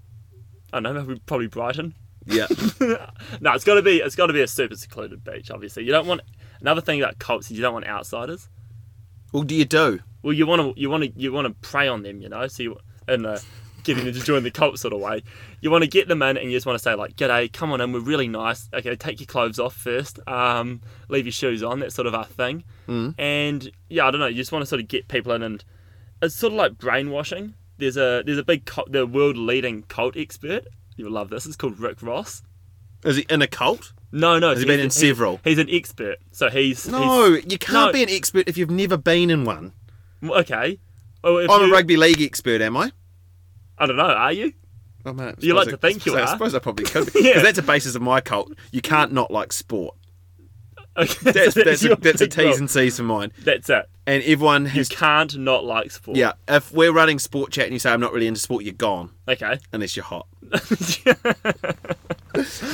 Speaker 1: I don't know. Probably Brighton.
Speaker 2: Yeah.
Speaker 1: [LAUGHS] no, it's got to be it's got to be a super secluded beach. Obviously, you don't want another thing about cults is you don't want outsiders.
Speaker 2: [LAUGHS] well, do you do?
Speaker 1: Well, you want to you want to you want to prey on them, you know. So you and uh, getting them to join the cult sort of way. You want to get them in, and you just want to say like, "G'day, come on in. We're really nice. Okay, take your clothes off first. Um, leave your shoes on. That sort of our thing. Mm. And yeah, I don't know. You just want to sort of get people in, and it's sort of like brainwashing. There's a there's a big cult, the world leading cult expert. You'll love this. It's called Rick Ross.
Speaker 2: Is it in a cult?
Speaker 1: No, no.
Speaker 2: he
Speaker 1: so
Speaker 2: been
Speaker 1: he's-
Speaker 2: in several?
Speaker 1: He's, he's an expert, so he's
Speaker 2: No,
Speaker 1: he's-
Speaker 2: you can't
Speaker 1: No.
Speaker 2: be an expert if you've never been in one.
Speaker 1: okay. Well, if
Speaker 2: I'm
Speaker 1: you-
Speaker 2: a rugby league expert, am I?
Speaker 1: I don't know. Are you? [LAUGHS]
Speaker 2: Oh, man, I
Speaker 1: You like
Speaker 2: suppose
Speaker 1: to
Speaker 2: I-
Speaker 1: think you
Speaker 2: I suppose-
Speaker 1: are.
Speaker 2: I suppose I probably could.
Speaker 1: [LAUGHS]
Speaker 2: Because
Speaker 1: Yeah.
Speaker 2: that's a basis of my cult. You can't not like sport.
Speaker 1: Okay, [LAUGHS]
Speaker 2: That's,
Speaker 1: so
Speaker 2: that's, a,
Speaker 1: your
Speaker 2: that's a
Speaker 1: big rule.
Speaker 2: T's and C's for mine.
Speaker 1: That's it.
Speaker 2: And everyone
Speaker 1: You
Speaker 2: has.
Speaker 1: can't not like sport.
Speaker 2: Yeah, if we're running sport chat and you say, I'm not really into sport, you're gone.
Speaker 1: Okay. [LAUGHS]
Speaker 2: Unless you're hot.
Speaker 1: so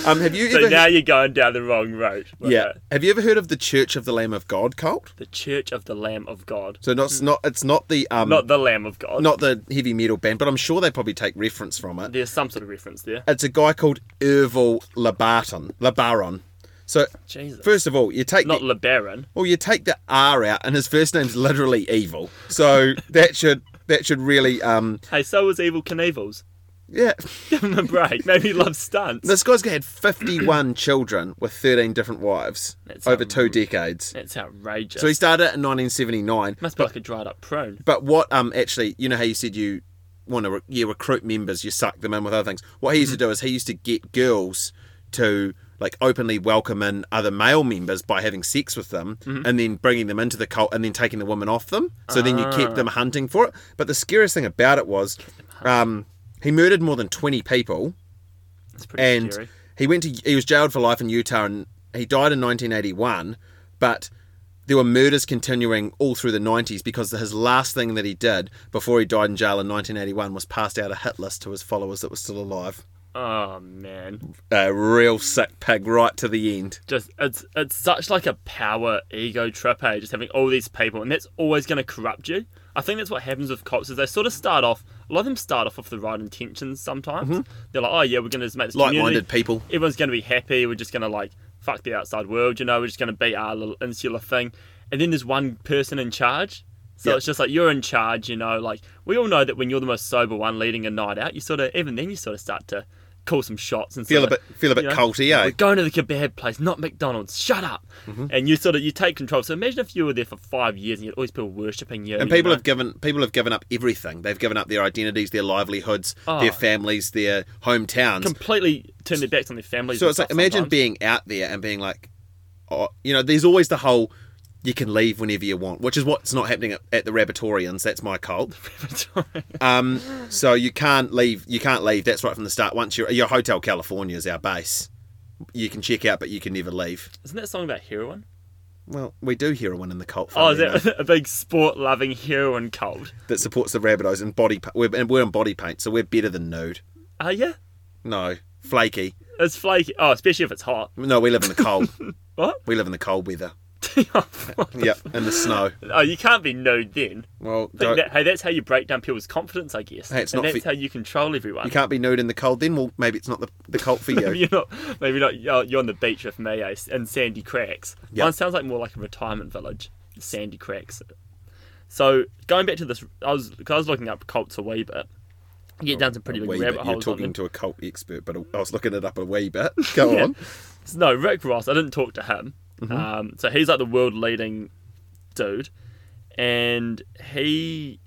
Speaker 2: Um,
Speaker 1: [LAUGHS]
Speaker 2: have you ever.
Speaker 1: now you're going down the wrong road. with
Speaker 2: yeah.
Speaker 1: it.
Speaker 2: Have you ever heard of the Church of the Lamb of God cult?
Speaker 1: The Church of the Lamb of God.
Speaker 2: So not, it's not it's not the um
Speaker 1: Not the Lamb of God.
Speaker 2: not the heavy metal band, but I'm sure they probably take reference from it.
Speaker 1: There's some sort of reference there.
Speaker 2: It's a guy called Ervil Labarton, Labaron. So
Speaker 1: Jesus.
Speaker 2: first of all, you take
Speaker 1: not
Speaker 2: the,
Speaker 1: LeBaron.
Speaker 2: well, you take the R out, and his first name's literally evil. So that should that should really um
Speaker 1: Hey, so was Evil Knievel's. [LAUGHS]
Speaker 2: yeah.
Speaker 1: Give him a break. Maybe he loves stunts.
Speaker 2: This guy's had 51 children with 13 different wives
Speaker 1: That's
Speaker 2: over
Speaker 1: outrageous.
Speaker 2: two decades.
Speaker 1: That's outrageous.
Speaker 2: So he started in 1979.
Speaker 1: Must be like a dried up prune.
Speaker 2: But what um actually, you know how you said you want to re- you recruit members, you suck them in with other things. What he used to do is he used to get girls to like openly welcome in other male members by having sex with them and then bringing them into the cult and then taking the women off them. So then you kept them hunting for it. But the scariest thing about it was um he murdered more than 20 people
Speaker 1: It's pretty
Speaker 2: and
Speaker 1: scary.
Speaker 2: he went to he was jailed for life in Utah and he died in 1981 but there were murders continuing all through the 90s because his last thing that he did before he died in jail in 1981 was passed out a hit list to his followers that were still alive
Speaker 1: Oh man,
Speaker 2: a real sick pig right to the end
Speaker 1: just it's it's such like a power ego trip, eh? Just having all these people, and that's always going to corrupt you. I think that's what happens with cops is they sort of start off. A lot of them start off with the right intentions. Sometimes they're like, oh yeah, we're going to just make this community-
Speaker 2: Mm-hmm. Like-minded people.
Speaker 1: Everyone's going to be happy. We're just going to like fuck the outside world, you know. We're just going to be our little insular thing, and then there's one person in charge. So
Speaker 2: Yep.
Speaker 1: it's just like you're in charge, you know. Like we all know that when you're the most sober one leading a night out, you sort of even then you sort of start to call some shots and
Speaker 2: feel
Speaker 1: sort
Speaker 2: a bit
Speaker 1: of-
Speaker 2: feel a bit
Speaker 1: you know,
Speaker 2: culty eh
Speaker 1: we're going to the kebab place, not McDonald's. Shut up.
Speaker 2: Mm-hmm.
Speaker 1: And you sort of you take control. So imagine if you were there for five years and you had all these people worshipping you.
Speaker 2: and
Speaker 1: you
Speaker 2: people
Speaker 1: know.
Speaker 2: have given people have given up everything. They've given up their identities, their livelihoods,
Speaker 1: Oh.
Speaker 2: their families, their hometowns.
Speaker 1: completely turned their backs on their families.
Speaker 2: So
Speaker 1: and
Speaker 2: it's like
Speaker 1: stuff
Speaker 2: imagine
Speaker 1: sometimes.
Speaker 2: being out there and being like, oh, you know, there's always the whole you can leave whenever you want, which is what's not happening at, at the Rabbitorians. That's my cult. Um, so you can't leave. You can't leave. That's right from the start. Once you're your Hotel California is our base. You can check out, but you can never leave.
Speaker 1: [LAUGHS] Isn't that a song about heroin?
Speaker 2: Well, we do heroin in the cult.
Speaker 1: Oh, is
Speaker 2: funnily enough,
Speaker 1: that [LAUGHS] a big sport loving heroin cult?
Speaker 2: that supports the Rabbitohs and body. pa- We're, and we're in body paint, so we're better than nude.
Speaker 1: Are you?
Speaker 2: No, flaky.
Speaker 1: It's Uh, flaky. Oh, especially if it's hot. [LAUGHS]
Speaker 2: No, we live in the cold.
Speaker 1: What?
Speaker 2: we live in the cold weather.
Speaker 1: dusty off.
Speaker 2: Yep, in the snow.
Speaker 1: oh, you can't be nude then.
Speaker 2: Well,
Speaker 1: But
Speaker 2: don't,
Speaker 1: that- hey, that's how you break down people's confidence, I guess.
Speaker 2: Hey, it's
Speaker 1: and
Speaker 2: not
Speaker 1: that's
Speaker 2: for-
Speaker 1: how you control everyone.
Speaker 2: you can't be nude in the cold. Then, well, maybe it's not the the
Speaker 1: [LAUGHS]
Speaker 2: cult for you.
Speaker 1: Maybe you're not. Maybe not. You're you're on the beach with me, eh? And sandy cracks.
Speaker 2: Yep.
Speaker 1: Mine sounds like more like a retirement village. Sandy cracks. So going back to this, I was cause I was looking up cults a wee bit. You get down some pretty
Speaker 2: Oh, A
Speaker 1: big
Speaker 2: wee
Speaker 1: rabbit
Speaker 2: bit. You're
Speaker 1: holes. on
Speaker 2: talking
Speaker 1: them.
Speaker 2: to a cult expert, but I was looking it up a
Speaker 1: [LAUGHS]
Speaker 2: wee bit. Go on.
Speaker 1: No, Rick Ross. I didn't talk to him.
Speaker 2: Mm-hmm.
Speaker 1: Um, so he's like the world leading dude, and he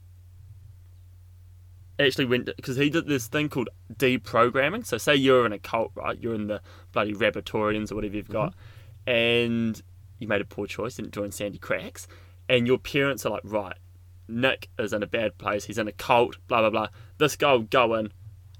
Speaker 1: actually went because he did this thing called deprogramming. So say you're in a cult, right? You're in the bloody Rabbitoreans or whatever you've got, and you made a poor choice and joined Sandy Cracks, and your parents are like, right, Nick is in a bad place. He's in a cult. Blah blah blah. This guy will go in,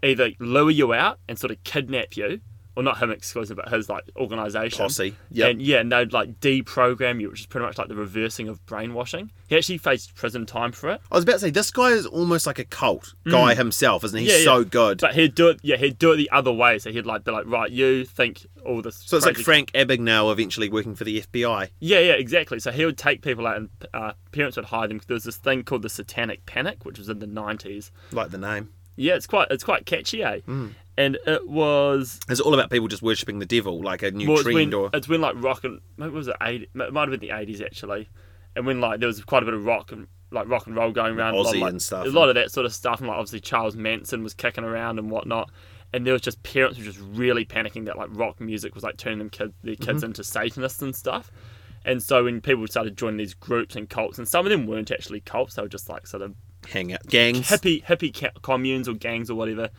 Speaker 1: either lure you out and sort of kidnap you, or not him exclusive, but his like organisation
Speaker 2: Posse. Yep.
Speaker 1: And yeah, and they'd like deprogram you, which is pretty much like the reversing of brainwashing. He actually faced prison time for it.
Speaker 2: I was about to say this guy is almost like a cult guy himself, isn't he? He's
Speaker 1: Mm. Yeah,
Speaker 2: so
Speaker 1: yeah.
Speaker 2: good.
Speaker 1: But he'd do it. Yeah, he'd do it the other way. So he'd like be like, right, you think all this.
Speaker 2: so it's like
Speaker 1: crazy-
Speaker 2: Frank Abagnale eventually working for the FBI.
Speaker 1: Yeah, yeah, exactly. So he would take people out, and uh, parents would hire them. There was this thing called the Satanic Panic, which was in the nineties.
Speaker 2: Like the name.
Speaker 1: Yeah, it's quite it's quite catchy, eh?
Speaker 2: Mm.
Speaker 1: And it was
Speaker 2: It's all about people just worshipping the devil, like a new
Speaker 1: well, it's
Speaker 2: trend
Speaker 1: when,
Speaker 2: or
Speaker 1: it's when like rock and maybe it was the eight, it might have been the eighties actually, and when like there was quite a bit of rock and like rock and roll going around, a lot of,
Speaker 2: Aussie
Speaker 1: like-
Speaker 2: and stuff.
Speaker 1: a lot of that sort of stuff, and like obviously Charles Manson was kicking around and whatnot, and there was just parents who were just really panicking that like rock music was like turning them kid, their kids
Speaker 2: Mm-hmm.
Speaker 1: into Satanists and stuff. And so when people started joining these groups and cults, and some of them weren't actually cults, they were just like sort of
Speaker 2: hang out gangs.
Speaker 1: hippie hippie ca- communes or gangs or whatever.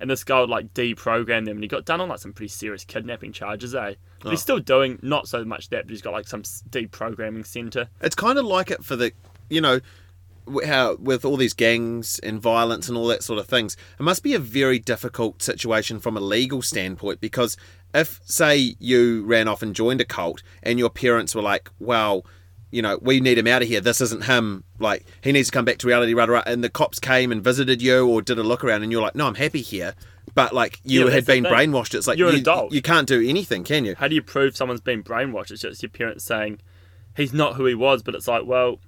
Speaker 1: And this guy would like deprogram them, and he got done on like some pretty serious kidnapping charges, eh? But
Speaker 2: Oh.
Speaker 1: he's still doing not so much that, but he's got like some s- deprogramming center.
Speaker 2: It's kind of like it for the, you know, w- how with all these gangs and violence and all that sort of things, it must be a very difficult situation from a legal standpoint because if, say, you ran off and joined a cult and your parents were like, well, you know, we need him out of here. This isn't him. Like, he needs to come back to reality, right, right. And the cops came and visited you or did a look around, and you're like, no, I'm happy here. But, like, you
Speaker 1: Yeah, but
Speaker 2: had
Speaker 1: that's the
Speaker 2: been
Speaker 1: thing.
Speaker 2: brainwashed. It's like,
Speaker 1: You're an
Speaker 2: you,
Speaker 1: adult.
Speaker 2: you can't do anything, can you?
Speaker 1: How do you prove someone's been brainwashed? It's just your parents saying he's not who he was, but it's like, well,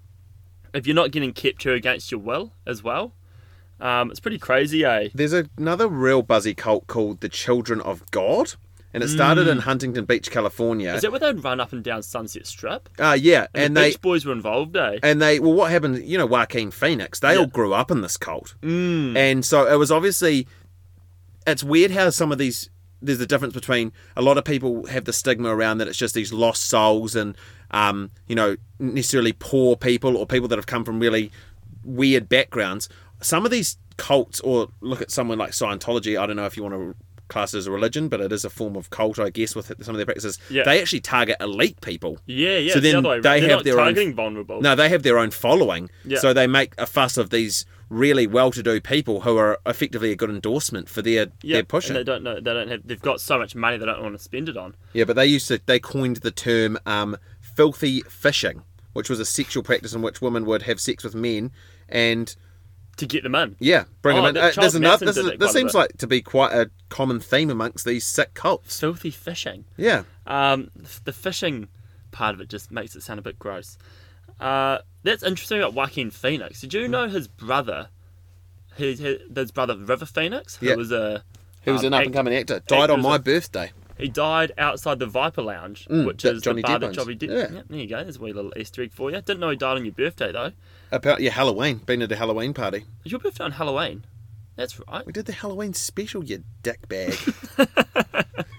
Speaker 1: if you're not getting kept here against your will as well, um, it's pretty crazy, eh?
Speaker 2: There's another real buzzy cult called the Children of God, and it started in Huntington Beach, California.
Speaker 1: Mm. Is that where they'd run up and down Sunset Strip?
Speaker 2: uh, yeah, and,
Speaker 1: the
Speaker 2: they
Speaker 1: Beach Boys were involved, eh?
Speaker 2: and they well, what happened? You know, Joaquin Phoenix. They all
Speaker 1: Yeah.
Speaker 2: grew up in this cult, mm. and so it was obviously. It's weird how some of these. There's a difference between a lot of people have the stigma around that it's just these lost souls and, um, you know, necessarily poor people or people that have come from really weird backgrounds. Some of these cults, or look at someone like Scientology. I don't know if you want to class it as a religion, but it is a form of cult, I guess, with some of their practices.
Speaker 1: Yeah.
Speaker 2: They actually target elite people.
Speaker 1: yeah, yeah. it's
Speaker 2: So
Speaker 1: the
Speaker 2: then
Speaker 1: other way around.
Speaker 2: they
Speaker 1: They're
Speaker 2: have
Speaker 1: not
Speaker 2: their own-
Speaker 1: targeting vulnerable.
Speaker 2: No, they have their own following,
Speaker 1: Yeah.
Speaker 2: so they make a fuss of these really well-to-do people who are effectively a good endorsement for their
Speaker 1: Yeah,
Speaker 2: their pushing.
Speaker 1: And they don't know. They don't have. They've got so much money they don't want to spend it on.
Speaker 2: yeah, but they used to they coined the term um, "filthy fishing," which was a sexual practice in which women would have sex with men and
Speaker 1: to get them in.
Speaker 2: yeah, bring
Speaker 1: Oh,
Speaker 2: them in.
Speaker 1: that
Speaker 2: Uh, there's
Speaker 1: Charles
Speaker 2: another.
Speaker 1: Manson
Speaker 2: This,
Speaker 1: did
Speaker 2: is-
Speaker 1: that
Speaker 2: this
Speaker 1: quite a
Speaker 2: seems
Speaker 1: bit.
Speaker 2: like to be quite a common theme amongst these sick cults.
Speaker 1: Filthy fishing.
Speaker 2: Yeah,
Speaker 1: Um, f- the fishing part of it just makes it sound a bit gross. Uh, that's interesting about Joaquin Phoenix. Did
Speaker 2: Mm-hmm.
Speaker 1: you know his brother? His, his, his brother River Phoenix, who
Speaker 2: Yeah.
Speaker 1: was a
Speaker 2: he was
Speaker 1: um,
Speaker 2: an up-and-coming actor. Died on
Speaker 1: actors
Speaker 2: my
Speaker 1: are-
Speaker 2: birthday.
Speaker 1: He died outside the Viper Lounge, which
Speaker 2: that
Speaker 1: is
Speaker 2: Mm, Johnny
Speaker 1: the bar
Speaker 2: Depp
Speaker 1: that
Speaker 2: owns.
Speaker 1: Johnny Depp.
Speaker 2: Yeah.
Speaker 1: there you go. There's a wee little Easter egg for you. Didn't know he died on your birthday though.
Speaker 2: About yeah, Halloween. Been at a Halloween party.
Speaker 1: Is your birthday on Halloween? That's right.
Speaker 2: We did the Halloween special, you
Speaker 1: [LAUGHS]
Speaker 2: dickbag.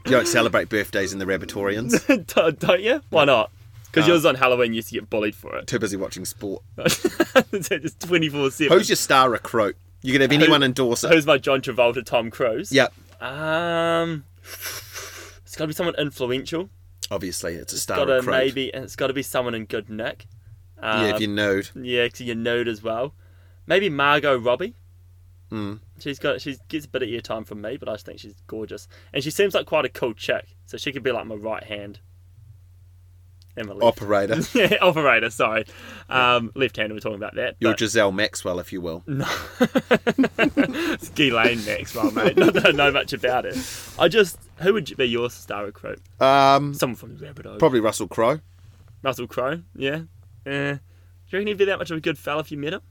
Speaker 2: you don't celebrate birthdays in
Speaker 1: [LAUGHS]
Speaker 2: the Rabbitoreans.
Speaker 1: don't don't you? Why not? Because
Speaker 2: No.
Speaker 1: yours on Halloween, you used to get bullied for it. [LAUGHS]
Speaker 2: Too busy watching sport.
Speaker 1: it's just twenty four seven.
Speaker 2: Who's your star recruit? You could have anyone endorse it.
Speaker 1: Who's my John Travolta, Tom Cruise?
Speaker 2: Yeah,
Speaker 1: Um, it's got to be someone influential.
Speaker 2: obviously it's a
Speaker 1: Got
Speaker 2: star
Speaker 1: to
Speaker 2: recruit.
Speaker 1: maybe, and it's got to be someone in good nick. Um,
Speaker 2: Yeah, if you're nude.
Speaker 1: yeah, to your node as well. Maybe Margot Robbie.
Speaker 2: Mm.
Speaker 1: She's got she gets a bit of ear time from me, but I just think she's gorgeous, and she seems like quite a cool chick. So she could be like my right hand. And my left. [LAUGHS]
Speaker 2: Operator.
Speaker 1: yeah, operator. Sorry, um, left hand. We're talking about that.
Speaker 2: You're
Speaker 1: but-
Speaker 2: Giselle Maxwell, if you will.
Speaker 1: No. it's [LAUGHS] Ghislaine next, well, mate. Not that I know much about it. I just, who would be your star recruit?
Speaker 2: Um,
Speaker 1: Someone from the Rabbitohs.
Speaker 2: probably Russell Crowe.
Speaker 1: Russell Crowe, yeah. Eh. do you reckon he'd be that much of a good fella if you met him?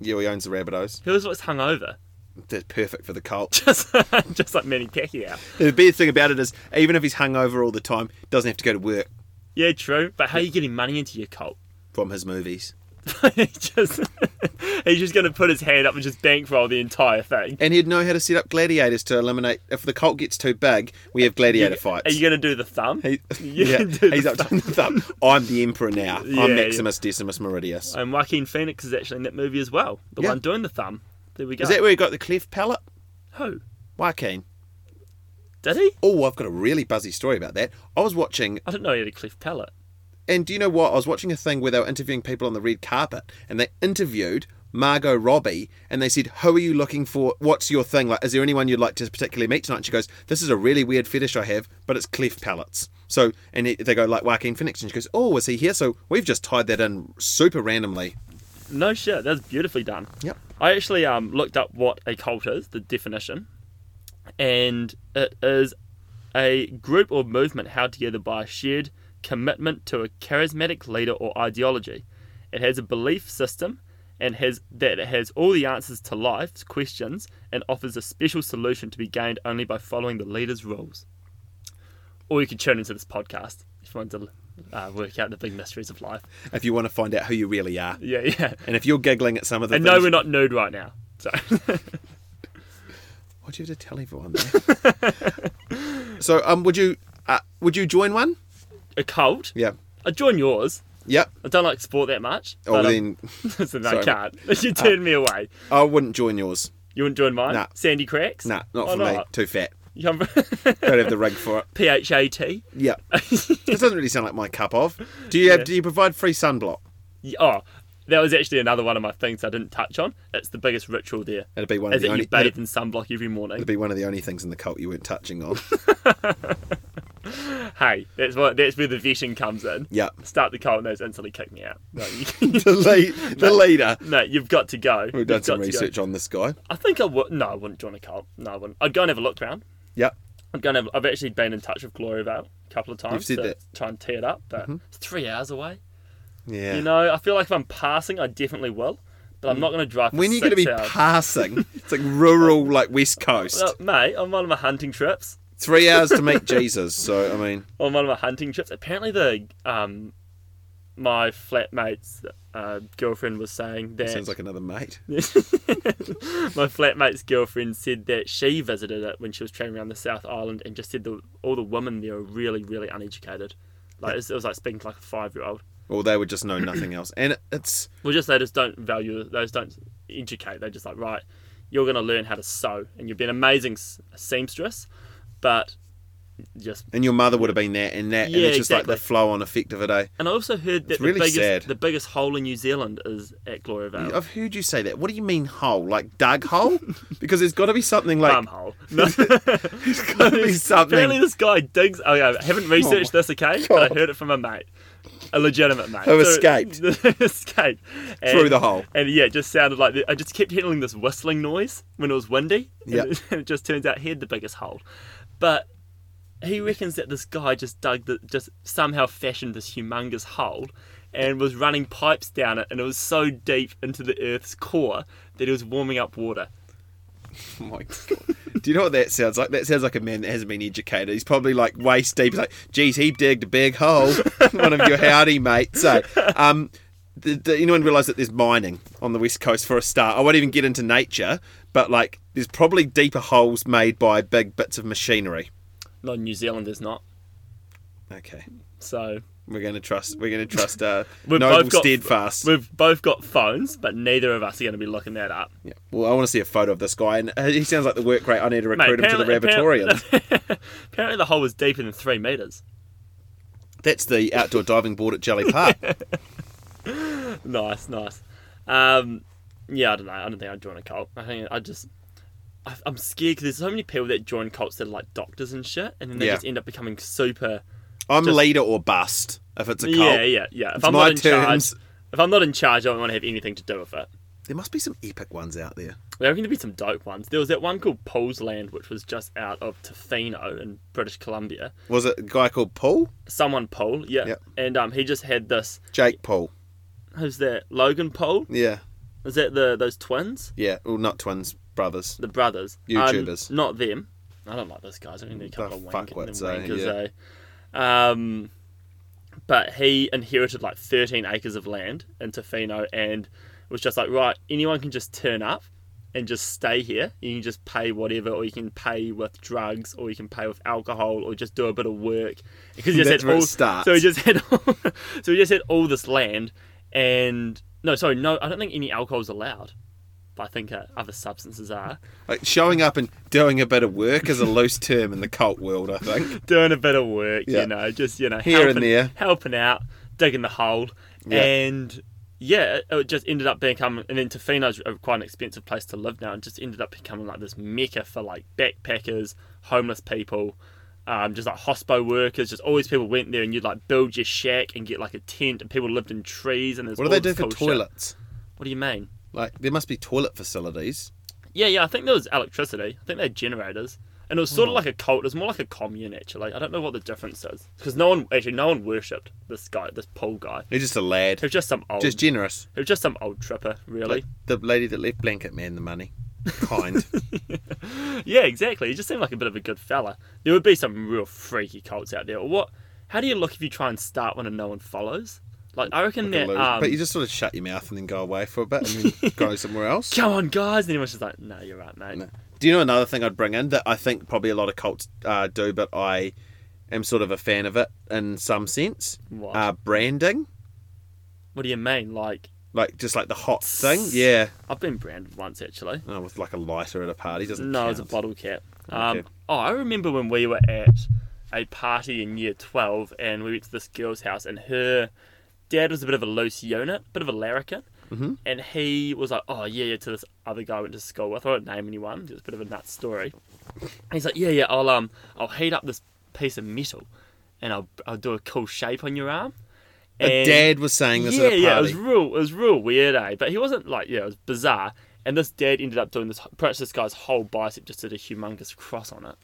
Speaker 2: Yeah, well, he owns the Rabbitohs.
Speaker 1: He was always hungover, [LAUGHS]
Speaker 2: They're perfect for the cult. [LAUGHS]
Speaker 1: just just like Manny Pacquiao.
Speaker 2: the best thing about it is, even if he's hungover all the time, doesn't have to go to work
Speaker 1: Yeah, true. But how are you getting money into your cult? [LAUGHS]
Speaker 2: from his movies.
Speaker 1: he just [LAUGHS] he's just gonna put his hand up and just bankroll the entire thing.
Speaker 2: And he'd know how to set up gladiators to eliminate. If the cult gets too big, we have gladiator fights.
Speaker 1: Are you gonna do the thumb? [LAUGHS]
Speaker 2: He-
Speaker 1: You
Speaker 2: [LAUGHS] yeah,
Speaker 1: can do
Speaker 2: he's
Speaker 1: the
Speaker 2: up to the thumb. I'm the emperor now.
Speaker 1: Yeah,
Speaker 2: I'm
Speaker 1: yeah.
Speaker 2: Maximus Decimus Meridius.
Speaker 1: and Joaquin Phoenix is actually in that movie as well. The
Speaker 2: Yeah.
Speaker 1: one doing the thumb. There we go.
Speaker 2: Is that where he got the cleft palate?
Speaker 1: Who?
Speaker 2: Joaquin.
Speaker 1: Did he?
Speaker 2: Oh, I've got a really buzzy story about that. I was watching,
Speaker 1: I didn't know he had a cleft palate.
Speaker 2: and do you know what? I was watching a thing where they were interviewing people on the red carpet, and they interviewed Margot Robbie, and they said, "Who are you looking for? What's your thing? Like, is there anyone you'd like to particularly meet tonight?" And she goes, "This is a really weird fetish I have, but it's cleft palates." So, and he- they go like Joaquin Phoenix, and she goes, "Oh, is he here?" So we've just tied that in super randomly.
Speaker 1: No shit, that's beautifully done.
Speaker 2: Yep.
Speaker 1: I actually um, looked up what a cult is, the definition, and it is a group or movement held together by a shared commitment to a charismatic leader or ideology. It has a belief system and has that it has all the answers to life's questions and offers a special solution to be gained only by following the leader's rules. Or you could tune into this podcast if you want to uh, work out the big mysteries of life.
Speaker 2: If you want to find out who you really are.
Speaker 1: Yeah, yeah.
Speaker 2: And if you're giggling at some of the
Speaker 1: And
Speaker 2: things,
Speaker 1: no, we're not nude right now. So [LAUGHS]
Speaker 2: what do you have to tell everyone? there? [LAUGHS] so, um, would you uh, would you join one?
Speaker 1: a cult.
Speaker 2: Yeah,
Speaker 1: I join yours.
Speaker 2: yep.
Speaker 1: I don't like sport that much.
Speaker 2: Oh,
Speaker 1: but, um,
Speaker 2: then
Speaker 1: [LAUGHS] listen, I
Speaker 2: sorry.
Speaker 1: can't. You turned me away.
Speaker 2: I wouldn't join yours.
Speaker 1: You wouldn't join mine.
Speaker 2: Nah.
Speaker 1: Sandy cracks.
Speaker 2: Nah, not
Speaker 1: Why
Speaker 2: for me. Too fat.
Speaker 1: You come [LAUGHS]
Speaker 2: Don't have the rig for it.
Speaker 1: PHAT.
Speaker 2: Yeah,
Speaker 1: [LAUGHS]
Speaker 2: this doesn't really sound like my cup of. Do you have? Do you provide free sunblock?
Speaker 1: Yeah, Oh, that was actually another one of my things I didn't touch on. It's the biggest ritual there.
Speaker 2: It'd be one of
Speaker 1: Is
Speaker 2: the
Speaker 1: that
Speaker 2: only.
Speaker 1: you bathe
Speaker 2: It'd
Speaker 1: in sunblock every morning?
Speaker 2: be one of the only things in the cult you weren't
Speaker 1: [LAUGHS]
Speaker 2: touching on.
Speaker 1: Hey, that's what that's where the vetting comes in.
Speaker 2: yep.
Speaker 1: Start the cold and those instantly kick me out. No, you, [LAUGHS]
Speaker 2: The, lead, the leader.
Speaker 1: no you've got to go.
Speaker 2: We've
Speaker 1: You've
Speaker 2: done some
Speaker 1: got to go.
Speaker 2: research on this guy.
Speaker 1: I think I would. No, I wouldn't join a cult. No, I wouldn't. I'd go and have a look around.
Speaker 2: Yep.
Speaker 1: I'm gonna. I've actually been in touch with Glory Vale a couple of times
Speaker 2: said
Speaker 1: to
Speaker 2: that. Mm-hmm.
Speaker 1: try and tee it up, but it's three hours away.
Speaker 2: Yeah. Mm.
Speaker 1: You know, I feel like if I'm passing, I definitely will, but I'm not gonna drive. For
Speaker 2: when are you going to
Speaker 1: six
Speaker 2: be
Speaker 1: hours.
Speaker 2: passing? It's like rural, like West Coast.
Speaker 1: Well, mate, on one of my hunting trips,
Speaker 2: Three hours to meet Jesus. So I mean,
Speaker 1: on one of my hunting trips, apparently the um, my flatmate's uh, girlfriend was saying that
Speaker 2: sounds like another mate.
Speaker 1: [LAUGHS] my flatmate's girlfriend said that she visited it when she was traveling around the South Island and just said the all the women there are really, really uneducated. Like it was, it was like speaking to like a five year old.
Speaker 2: Or they would just know nothing else. And it's
Speaker 1: Well, just they just don't value those. Don't educate. They're just like, right, you're going to learn how to sew, and you'll be an amazing s- seamstress, but just.
Speaker 2: and your mother would have been there and that, and
Speaker 1: Yeah,
Speaker 2: it's just
Speaker 1: exactly.
Speaker 2: like the flow on effect of it. Eh?
Speaker 1: And I also heard that
Speaker 2: It's really
Speaker 1: the biggest
Speaker 2: sad.
Speaker 1: the biggest hole in New Zealand is at Gloria Vale.
Speaker 2: I've heard you say that. What do you mean hole? Like dug hole? [LAUGHS] Because there's got to be something like
Speaker 1: Bum hole. [LAUGHS]
Speaker 2: [LAUGHS]
Speaker 1: No.
Speaker 2: there's got to
Speaker 1: Apparently,
Speaker 2: be something.
Speaker 1: this guy digs. Oh, yeah, I haven't researched this, okay? But I heard it from a mate, a legitimate mate,
Speaker 2: Who escaped.
Speaker 1: [LAUGHS] escaped And-
Speaker 2: Through the hole.
Speaker 1: And yeah, it just sounded like the, I just kept hearing this whistling noise when it was windy. and
Speaker 2: Yeah.
Speaker 1: [LAUGHS] it- and it just turns out he had the biggest hole. But he reckons that this guy just dug the, just somehow fashioned this humongous hole and was running pipes down it, and it was so deep into the earth's core that he was warming up water.
Speaker 2: Oh [LAUGHS] my God. Do you know what that sounds like? That sounds like a man that hasn't been educated. He's probably like waist deep. He's like, geez, he digged a big hole. [LAUGHS] One of your howdy mates. So, um, did did anyone realise that there's mining on the west coast for a start? I won't even get into nature, but like, there's probably deeper holes made by big bits of machinery.
Speaker 1: Not in New Zealand, there's not.
Speaker 2: Okay.
Speaker 1: So
Speaker 2: We're gonna trust. We're gonna trust. Uh,
Speaker 1: [LAUGHS] We've
Speaker 2: noble
Speaker 1: both got-
Speaker 2: steadfast.
Speaker 1: We've both got phones, but neither of us are going to be looking that up.
Speaker 2: Yeah. Well, I want to see a photo of this guy, and uh, he sounds like the work rate. I need to
Speaker 1: Mate,
Speaker 2: recruit him to the
Speaker 1: apparently-
Speaker 2: Rabbitoreans.
Speaker 1: apparently- [LAUGHS] apparently the hole was deeper than three meters.
Speaker 2: That's the outdoor diving board at Jelly Park.
Speaker 1: Nice, nice. Um, yeah, I don't know. I don't think I'd join a cult. I think I just. I, I'm scared because there's so many people that join cults that are like doctors and shit, and then they
Speaker 2: Yeah.
Speaker 1: just end up becoming super.
Speaker 2: I'm
Speaker 1: Just-
Speaker 2: leader or bust. If it's a cult,
Speaker 1: Yeah, yeah, yeah. If
Speaker 2: It's
Speaker 1: I'm
Speaker 2: my
Speaker 1: not in charge,
Speaker 2: terms.
Speaker 1: if I'm not in charge, I don't want to have anything to do with it.
Speaker 2: There must be some epic ones out there.
Speaker 1: There are going to be some dope ones. There was that one called Paul's Land, which was just out of Tofino in British Columbia.
Speaker 2: Was it a guy called Paul?
Speaker 1: Someone Paul, yeah,
Speaker 2: Yep.
Speaker 1: and um, he just had this.
Speaker 2: Jake Paul.
Speaker 1: Who's that? Logan Paul?
Speaker 2: Yeah.
Speaker 1: Is that the those twins?
Speaker 2: Yeah. Well, not twins, brothers.
Speaker 1: The brothers? Um,
Speaker 2: YouTubers.
Speaker 1: not them. I don't like those guys. I think they're a couple
Speaker 2: They're
Speaker 1: of wank-
Speaker 2: fuckwits,
Speaker 1: them
Speaker 2: eh?
Speaker 1: wankers.
Speaker 2: Yeah.
Speaker 1: eh? Um, but he inherited like 13 acres of land in Tofino and was just like, right, anyone can just turn up and just stay here. You can just pay whatever, or you can pay with drugs, or you can pay with alcohol, or just do a bit of work. Because he just
Speaker 2: That's
Speaker 1: had
Speaker 2: where it
Speaker 1: all,
Speaker 2: starts.
Speaker 1: so he just had, all, [LAUGHS] so he just had all this land, and no, sorry, no, I don't think any alcohol's allowed. But I think uh, other substances are.
Speaker 2: Like showing up and doing a bit of
Speaker 1: [LAUGHS]
Speaker 2: work is a loose term in the cult world, I think.
Speaker 1: doing a bit of work,
Speaker 2: Yeah.
Speaker 1: you know, just you know,
Speaker 2: Here and
Speaker 1: helping,
Speaker 2: there.
Speaker 1: helping out, digging the hole,
Speaker 2: Yeah.
Speaker 1: and yeah, it- it just ended up becoming. And then Tofino's a- quite an expensive place to live now, and just ended up becoming like this mecca for like backpackers, homeless people. Um, just like hospo workers, just always people went there and you'd like build your shack and get like a tent and people lived in trees and there's
Speaker 2: What do they
Speaker 1: all
Speaker 2: do
Speaker 1: this
Speaker 2: for
Speaker 1: cool shit.
Speaker 2: toilets?
Speaker 1: What do you mean?
Speaker 2: Like there must be toilet facilities.
Speaker 1: Yeah, yeah, I think there was electricity. I think they had generators. And it was
Speaker 2: Hmm.
Speaker 1: sort of like a cult. It was more like a commune, actually. I don't know what the difference is. Because no one, actually, no one worshipped this guy, this Paul guy.
Speaker 2: They're just a
Speaker 1: He
Speaker 2: lad.
Speaker 1: was just some old,
Speaker 2: Just generous.
Speaker 1: he was just some old tripper, really.
Speaker 2: Like the lady that left Blanket Man the money.
Speaker 1: [LAUGHS]
Speaker 2: Kind.
Speaker 1: yeah, exactly. He just seemed like a bit of a good fella. There would be some real freaky cults out there. Or what? How do you look if you try and start one and no one follows? Like, I reckon that, um,
Speaker 2: but you just sort of shut your mouth and then go away for a bit and then
Speaker 1: [LAUGHS]
Speaker 2: go somewhere else.
Speaker 1: come on, guys. And everyone's just like, no, you're right, mate.
Speaker 2: No. Do you know another thing I'd bring in that I think probably a lot of cults uh, do, but I am sort of a fan of it in some sense?
Speaker 1: What?
Speaker 2: Uh, branding.
Speaker 1: What do you mean? Like,
Speaker 2: Like, just like the hot thing. Yeah.
Speaker 1: I've been branded once, actually.
Speaker 2: Oh, with like a lighter at a party. Doesn't
Speaker 1: No,
Speaker 2: count.
Speaker 1: it's a bottle cap. Um,
Speaker 2: Okay.
Speaker 1: Oh, I remember when we were at a party in year 12 and we went to this girl's house, and her dad was a bit of a loose unit, bit of a larrikin. Mm-hmm. And he was like, oh, yeah, yeah, to this other guy I went to school with. I won't name anyone, it's a bit of a nuts story. And he's like, yeah, yeah, I'll, um, I'll heat up this piece of metal and I'll, I'll do a cool shape on your arm.
Speaker 2: A
Speaker 1: And-
Speaker 2: dad was saying
Speaker 1: Eh,
Speaker 2: this
Speaker 1: yeah,
Speaker 2: at a party.
Speaker 1: yeah, it was real, it was real weird, eh? But he wasn't like, yeah, it was bizarre. And this dad ended up doing this. Perhaps this guy's whole bicep just did a humongous cross on it,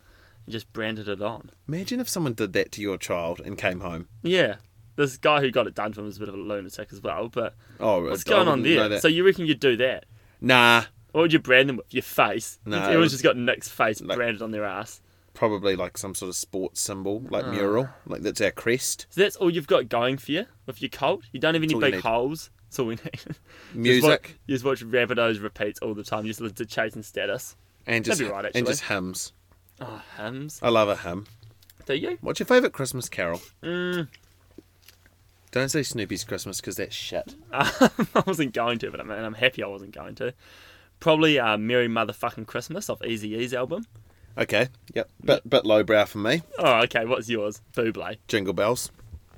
Speaker 1: and just branded it on.
Speaker 2: Imagine if someone did that to your child and came home.
Speaker 1: Yeah, this guy who got it done for him was a bit of a lunatic as well. But
Speaker 2: Oh,
Speaker 1: what's
Speaker 2: I
Speaker 1: going on
Speaker 2: wouldn't know
Speaker 1: there?
Speaker 2: that.
Speaker 1: So you reckon you'd do that?
Speaker 2: nah,
Speaker 1: What would you brand them with? Your face?
Speaker 2: [LAUGHS] No, it
Speaker 1: everyone's
Speaker 2: was-
Speaker 1: just got Nick's face
Speaker 2: Like-
Speaker 1: branded on their ass.
Speaker 2: probably like some sort of sports symbol, like
Speaker 1: Ah.
Speaker 2: mural, like that's our crest.
Speaker 1: So that's all you've got going for you with your cult. You don't have any
Speaker 2: all you
Speaker 1: big
Speaker 2: need.
Speaker 1: holes. That's all we need. [LAUGHS]
Speaker 2: Music
Speaker 1: Just watch, just watch Rabbitohs repeats all the time. Just listen to Chasing Status.
Speaker 2: and just
Speaker 1: That'd be right,
Speaker 2: and
Speaker 1: actually.
Speaker 2: just hymns.
Speaker 1: Oh, hymns.
Speaker 2: I love a hymn.
Speaker 1: Do you?
Speaker 2: What's your favourite Christmas carol? Mm. Don't say Snoopy's Christmas because that's shit.
Speaker 1: [LAUGHS] I wasn't going to, but I mean, I'm happy I wasn't going to. Probably uh, "Merry Motherfucking Christmas" off Easy E's album.
Speaker 2: Okay, yep, bit bit lowbrow for me.
Speaker 1: Oh, okay. What's yours? Buble.
Speaker 2: Jingle bells.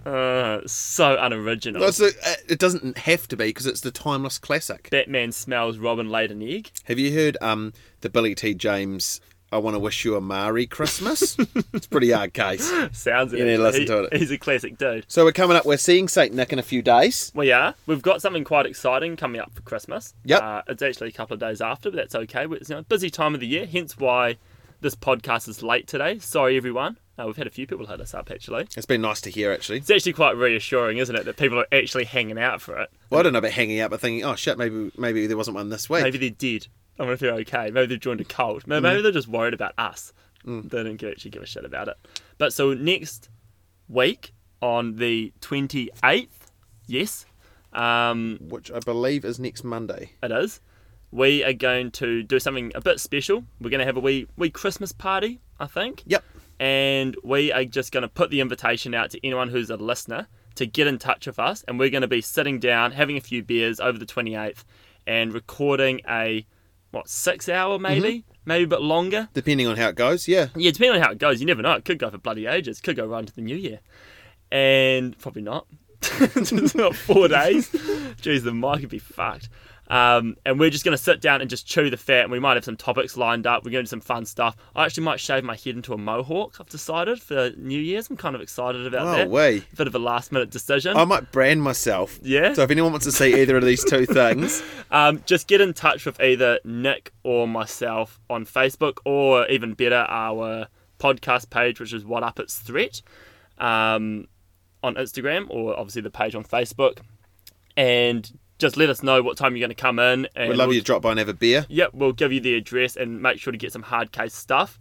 Speaker 1: Uh, so unoriginal.
Speaker 2: That's a, uh, it doesn't have to be because it's the timeless classic.
Speaker 1: Batman smells Robin laid an egg.
Speaker 2: Have you heard um the Billy T James? I want to wish you a Merry Christmas. [LAUGHS] it's pretty hard case.
Speaker 1: Sounds it.
Speaker 2: You need to listen
Speaker 1: He-
Speaker 2: to it.
Speaker 1: He's a classic dude.
Speaker 2: So we're coming up. We're seeing Saint Nick in a few days.
Speaker 1: We are. We've got something quite exciting coming up for Christmas.
Speaker 2: Yep.
Speaker 1: Uh, it's actually a couple of days after, but that's okay. It's you know, a busy time of the year, hence why this podcast is late today. Sorry, everyone. Uh, we've had a few people hit us up actually.
Speaker 2: It's been nice to hear actually.
Speaker 1: It's actually quite reassuring, isn't it, that people are actually hanging out for it.
Speaker 2: Well, I don't know about hanging out, but thinking, oh shit, maybe maybe there wasn't one this week.
Speaker 1: Maybe they're dead. I wonder if they're okay. Maybe they've joined a cult. Maybe, maybe they're just worried about us. They don't give- actually give a shit about it. But so next week on the 28th, yes, um,
Speaker 2: Which I believe is next Monday.
Speaker 1: it is, we are going to do something a bit special. We're going to have a wee, wee Christmas party, I think.
Speaker 2: Yep.
Speaker 1: And we are just going to put the invitation out to anyone who's a listener to get in touch with us. And we're going to be sitting down, having a few beers over the 28th and recording a, what, six hour maybe? Maybe a bit longer.
Speaker 2: Depending on how it goes, yeah.
Speaker 1: Yeah, depending on how it goes, you never know. It could go for bloody ages. Could go right into the new year. [LAUGHS] And probably not. It's not four days. Jeez, the mic could be fucked. Um, and we're just going to sit down and just chew the fat. And we might have some topics lined up. We're going to do some fun stuff. I actually might shave my head into a mohawk. I've decided for New Year's. I'm kind of excited about
Speaker 2: Oh,
Speaker 1: that.
Speaker 2: way.
Speaker 1: Bit of a last minute decision.
Speaker 2: I might brand myself.
Speaker 1: Yeah?
Speaker 2: So if anyone wants to see either of these
Speaker 1: [LAUGHS]
Speaker 2: two things,
Speaker 1: Um, just get in touch with either Nick or myself on Facebook, or even better, our podcast page, which is What Up It's Threat, um, on Instagram, or obviously the page on Facebook. And just let us know what time you're going to come in. And
Speaker 2: we'd love
Speaker 1: we'll-
Speaker 2: you to drop by and have a beer.
Speaker 1: Yep, we'll give you the address and make sure to get some hard case stuff.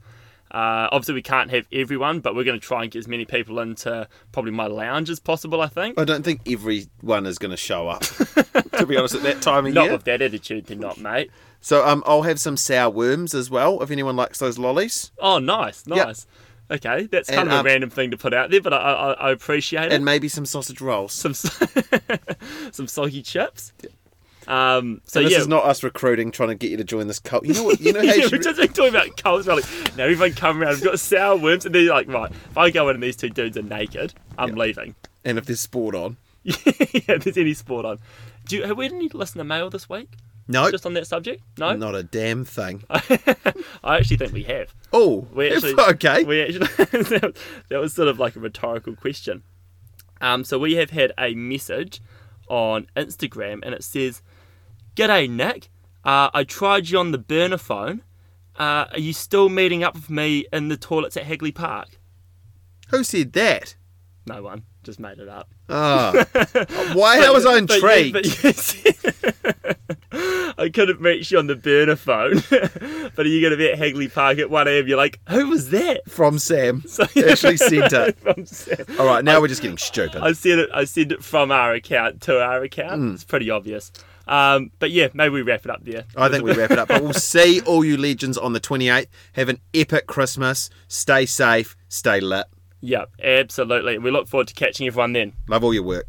Speaker 1: Uh, obviously, we can't have everyone, but we're going to try and get as many people into probably my lounge as possible, I think.
Speaker 2: I don't think everyone is going to show up, to be honest, at that time
Speaker 1: [LAUGHS]
Speaker 2: of
Speaker 1: Not
Speaker 2: year.
Speaker 1: with that attitude, they're not, mate.
Speaker 2: So um, I'll have some sour worms as well, if anyone likes those lollies.
Speaker 1: Oh, nice,
Speaker 2: Yeah.
Speaker 1: nice. Okay, that's
Speaker 2: And,
Speaker 1: kind of
Speaker 2: um,
Speaker 1: a random thing to put out there, but I, I, I appreciate it.
Speaker 2: And maybe some sausage rolls.
Speaker 1: Some [LAUGHS] some soggy chips. Um, so
Speaker 2: And this
Speaker 1: yeah,
Speaker 2: is not us recruiting, trying to get you to join this cult. You know what? You know
Speaker 1: [LAUGHS]
Speaker 2: how
Speaker 1: yeah,
Speaker 2: you
Speaker 1: we've
Speaker 2: should...
Speaker 1: just been talking about cults. we're Like, now everyone come around. We've got sour worms, and they're like, right, if I go in and these two dudes are naked, I'm leaving. [LAUGHS]
Speaker 2: And if there's sport on.
Speaker 1: yeah, if there's any sport on. Do you, have we had any listener mail this week?
Speaker 2: No,
Speaker 1: Just on that subject? No.
Speaker 2: not a damn thing.
Speaker 1: [LAUGHS] I actually think we have.
Speaker 2: Oh, [LAUGHS]
Speaker 1: We actually,
Speaker 2: okay.
Speaker 1: We actually [LAUGHS] that, was, that was sort of like a rhetorical question. Um, so we have had a message on Instagram, and it says, "G'day Nick, uh, I tried you on the burner phone. Uh, are you still meeting up with me in the toilets at Hagley Park?"
Speaker 2: Who said that?
Speaker 1: No one, just made it up. [LAUGHS]
Speaker 2: Ah, why? How was I
Speaker 1: But
Speaker 2: intrigued?
Speaker 1: yeah, but [LAUGHS] yes- I couldn't reach you on the burner phone, [LAUGHS] but are you going to be at Hagley Park at 1am? You're like, who was that?
Speaker 2: From Sam, actually sent
Speaker 1: [LAUGHS]
Speaker 2: it.
Speaker 1: From Sam.
Speaker 2: All right, now we're just getting stupid.
Speaker 1: I said it. I said it from our account to our account. It's pretty obvious. Um, but yeah, maybe we wrap it up there.
Speaker 2: I think we wrap it up. But we'll see all you legends on the 28th. Have an epic Christmas. Stay safe. Stay lit.
Speaker 1: Yep, absolutely. We look forward to catching everyone then.
Speaker 2: Love all your work.